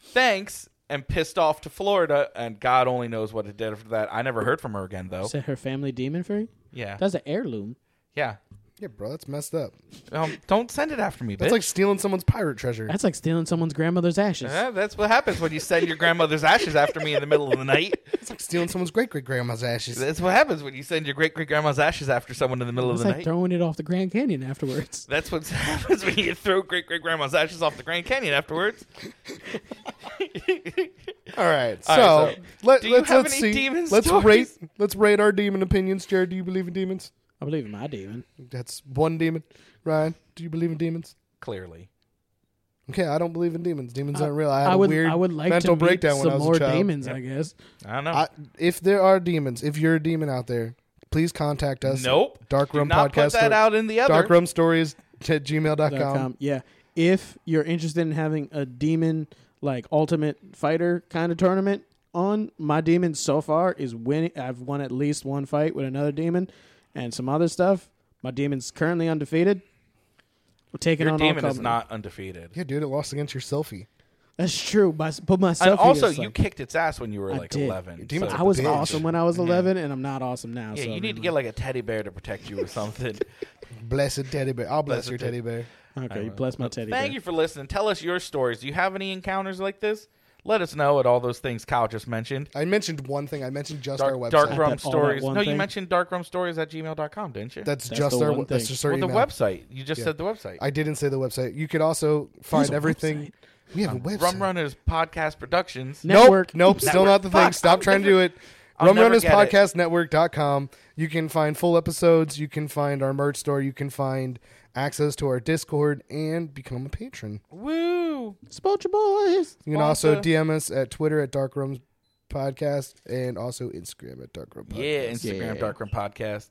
Speaker 1: thanks, and pissed off to Florida. And God only knows what it did after that. I never heard from her again, though.
Speaker 3: Set her family demon free.
Speaker 1: Yeah,
Speaker 3: That's an heirloom.
Speaker 1: yeah.
Speaker 2: Yeah, bro, that's messed up.
Speaker 1: Um, don't send it after me, bitch.
Speaker 2: That's like stealing someone's pirate treasure.
Speaker 3: That's like stealing someone's grandmother's ashes.
Speaker 1: Yeah, that's what happens when you send your grandmother's ashes after me in the middle of the night.
Speaker 2: That's like stealing someone's great great grandma's ashes.
Speaker 1: That's what happens when you send your great great grandma's ashes after someone in the middle
Speaker 3: It's
Speaker 1: of the
Speaker 3: like
Speaker 1: night.
Speaker 3: throwing it off the Grand Canyon afterwards.
Speaker 1: That's what happens when you throw great great grandma's ashes off the Grand Canyon afterwards.
Speaker 2: All right, so,
Speaker 1: All right, so,
Speaker 2: let,
Speaker 1: do you
Speaker 2: us
Speaker 1: have
Speaker 2: let's
Speaker 1: any
Speaker 2: see.
Speaker 1: demon
Speaker 2: let's
Speaker 1: stories?
Speaker 2: rate let's rate our demon opinions. Jared, do you believe in demons?
Speaker 3: I believe in my demon.
Speaker 2: That's one demon. Ryan, do you believe in demons?
Speaker 1: Clearly,
Speaker 2: Okay, I don't believe in demons. Demons
Speaker 3: I-
Speaker 2: aren't real. I had
Speaker 3: I
Speaker 2: a
Speaker 3: would.
Speaker 2: weird
Speaker 3: I would like
Speaker 2: mental
Speaker 3: to meet
Speaker 2: breakdown when
Speaker 3: some
Speaker 2: I was
Speaker 3: more
Speaker 2: a child.
Speaker 3: demons. I guess.
Speaker 1: I don't know.
Speaker 2: I, if there are demons, if you're a demon out there, please contact us.
Speaker 1: nope.
Speaker 2: Dark
Speaker 1: Do
Speaker 2: Room
Speaker 1: not
Speaker 2: Podcast.
Speaker 1: put that
Speaker 2: Story-
Speaker 1: out in the other.
Speaker 2: Dark Room Stories at gmail.com.
Speaker 3: Dot com. Yeah. If you're interested in having a demon like ultimate fighter kind of tournament on, my demon so far is winning. I've won at least one fight with another demon and some other stuff. My demon's currently undefeated. We're taking
Speaker 1: Your
Speaker 3: on
Speaker 1: demon
Speaker 3: all
Speaker 1: is
Speaker 3: comers.
Speaker 1: not undefeated.
Speaker 2: Yeah, dude, it lost against your selfie.
Speaker 3: That's true. My, but
Speaker 1: And
Speaker 3: myself.
Speaker 1: also, you kicked its ass when you were
Speaker 3: I
Speaker 1: like
Speaker 3: did.
Speaker 1: eleven.
Speaker 2: Your demon's
Speaker 1: so-
Speaker 3: I was
Speaker 2: bitch.
Speaker 3: awesome when I was 11, and I'm not awesome now.
Speaker 1: yeah,
Speaker 3: so
Speaker 1: you need to get like a teddy bear to protect you or something.
Speaker 2: Blessed teddy bear. I'll bless
Speaker 1: Blessed
Speaker 2: your teddy bear.
Speaker 3: Okay, you bless my teddy.
Speaker 1: Thank
Speaker 3: bear.
Speaker 1: you for listening. Tell us your stories. Do you have any encounters like this? Let us know at all those things Kyle just mentioned.
Speaker 2: I mentioned one thing. I mentioned just our
Speaker 1: Dark,
Speaker 2: website.
Speaker 1: dark
Speaker 3: All
Speaker 1: Rum
Speaker 3: that
Speaker 1: Stories.
Speaker 3: one
Speaker 1: No, you
Speaker 3: thing?
Speaker 1: mentioned darkrumstories at gmail.com, didn't you?
Speaker 2: That's,
Speaker 3: That's
Speaker 2: just
Speaker 3: the
Speaker 2: our.
Speaker 3: one
Speaker 2: That's
Speaker 3: thing.
Speaker 2: just our
Speaker 1: well, the
Speaker 2: email.
Speaker 1: website. You just said the website.
Speaker 2: I didn't say the website. You could also find
Speaker 3: a
Speaker 2: everything. We have a website.
Speaker 1: Rum Runners Podcast Productions.
Speaker 3: No.
Speaker 2: Nope,
Speaker 3: Network.
Speaker 2: nope, still
Speaker 1: Network.
Speaker 2: not the thing.
Speaker 1: Fuck,
Speaker 2: Stop
Speaker 1: I'll
Speaker 2: trying
Speaker 1: never-
Speaker 2: to do it.
Speaker 1: I'll never get it.
Speaker 2: RumRunnersPodcastNetwork.com. You can find full episodes. You can find our merch store. You can find access to our Discord and become a patron.
Speaker 1: Woo!
Speaker 3: Sponsor boys.
Speaker 2: You can also
Speaker 1: Sponsor.
Speaker 2: DM us at Twitter at Dark Rooms Podcast and also Instagram at Dark Room Podcast.
Speaker 1: Yeah, Instagram
Speaker 3: Yeah.
Speaker 1: Dark Rum Podcast.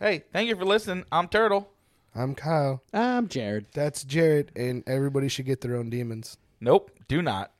Speaker 1: Hey, thank you for listening. I'm Turtle.
Speaker 2: I'm Kyle.
Speaker 3: I'm Jared.
Speaker 2: That's Jared, and everybody should get their own demons.
Speaker 1: Nope, do not.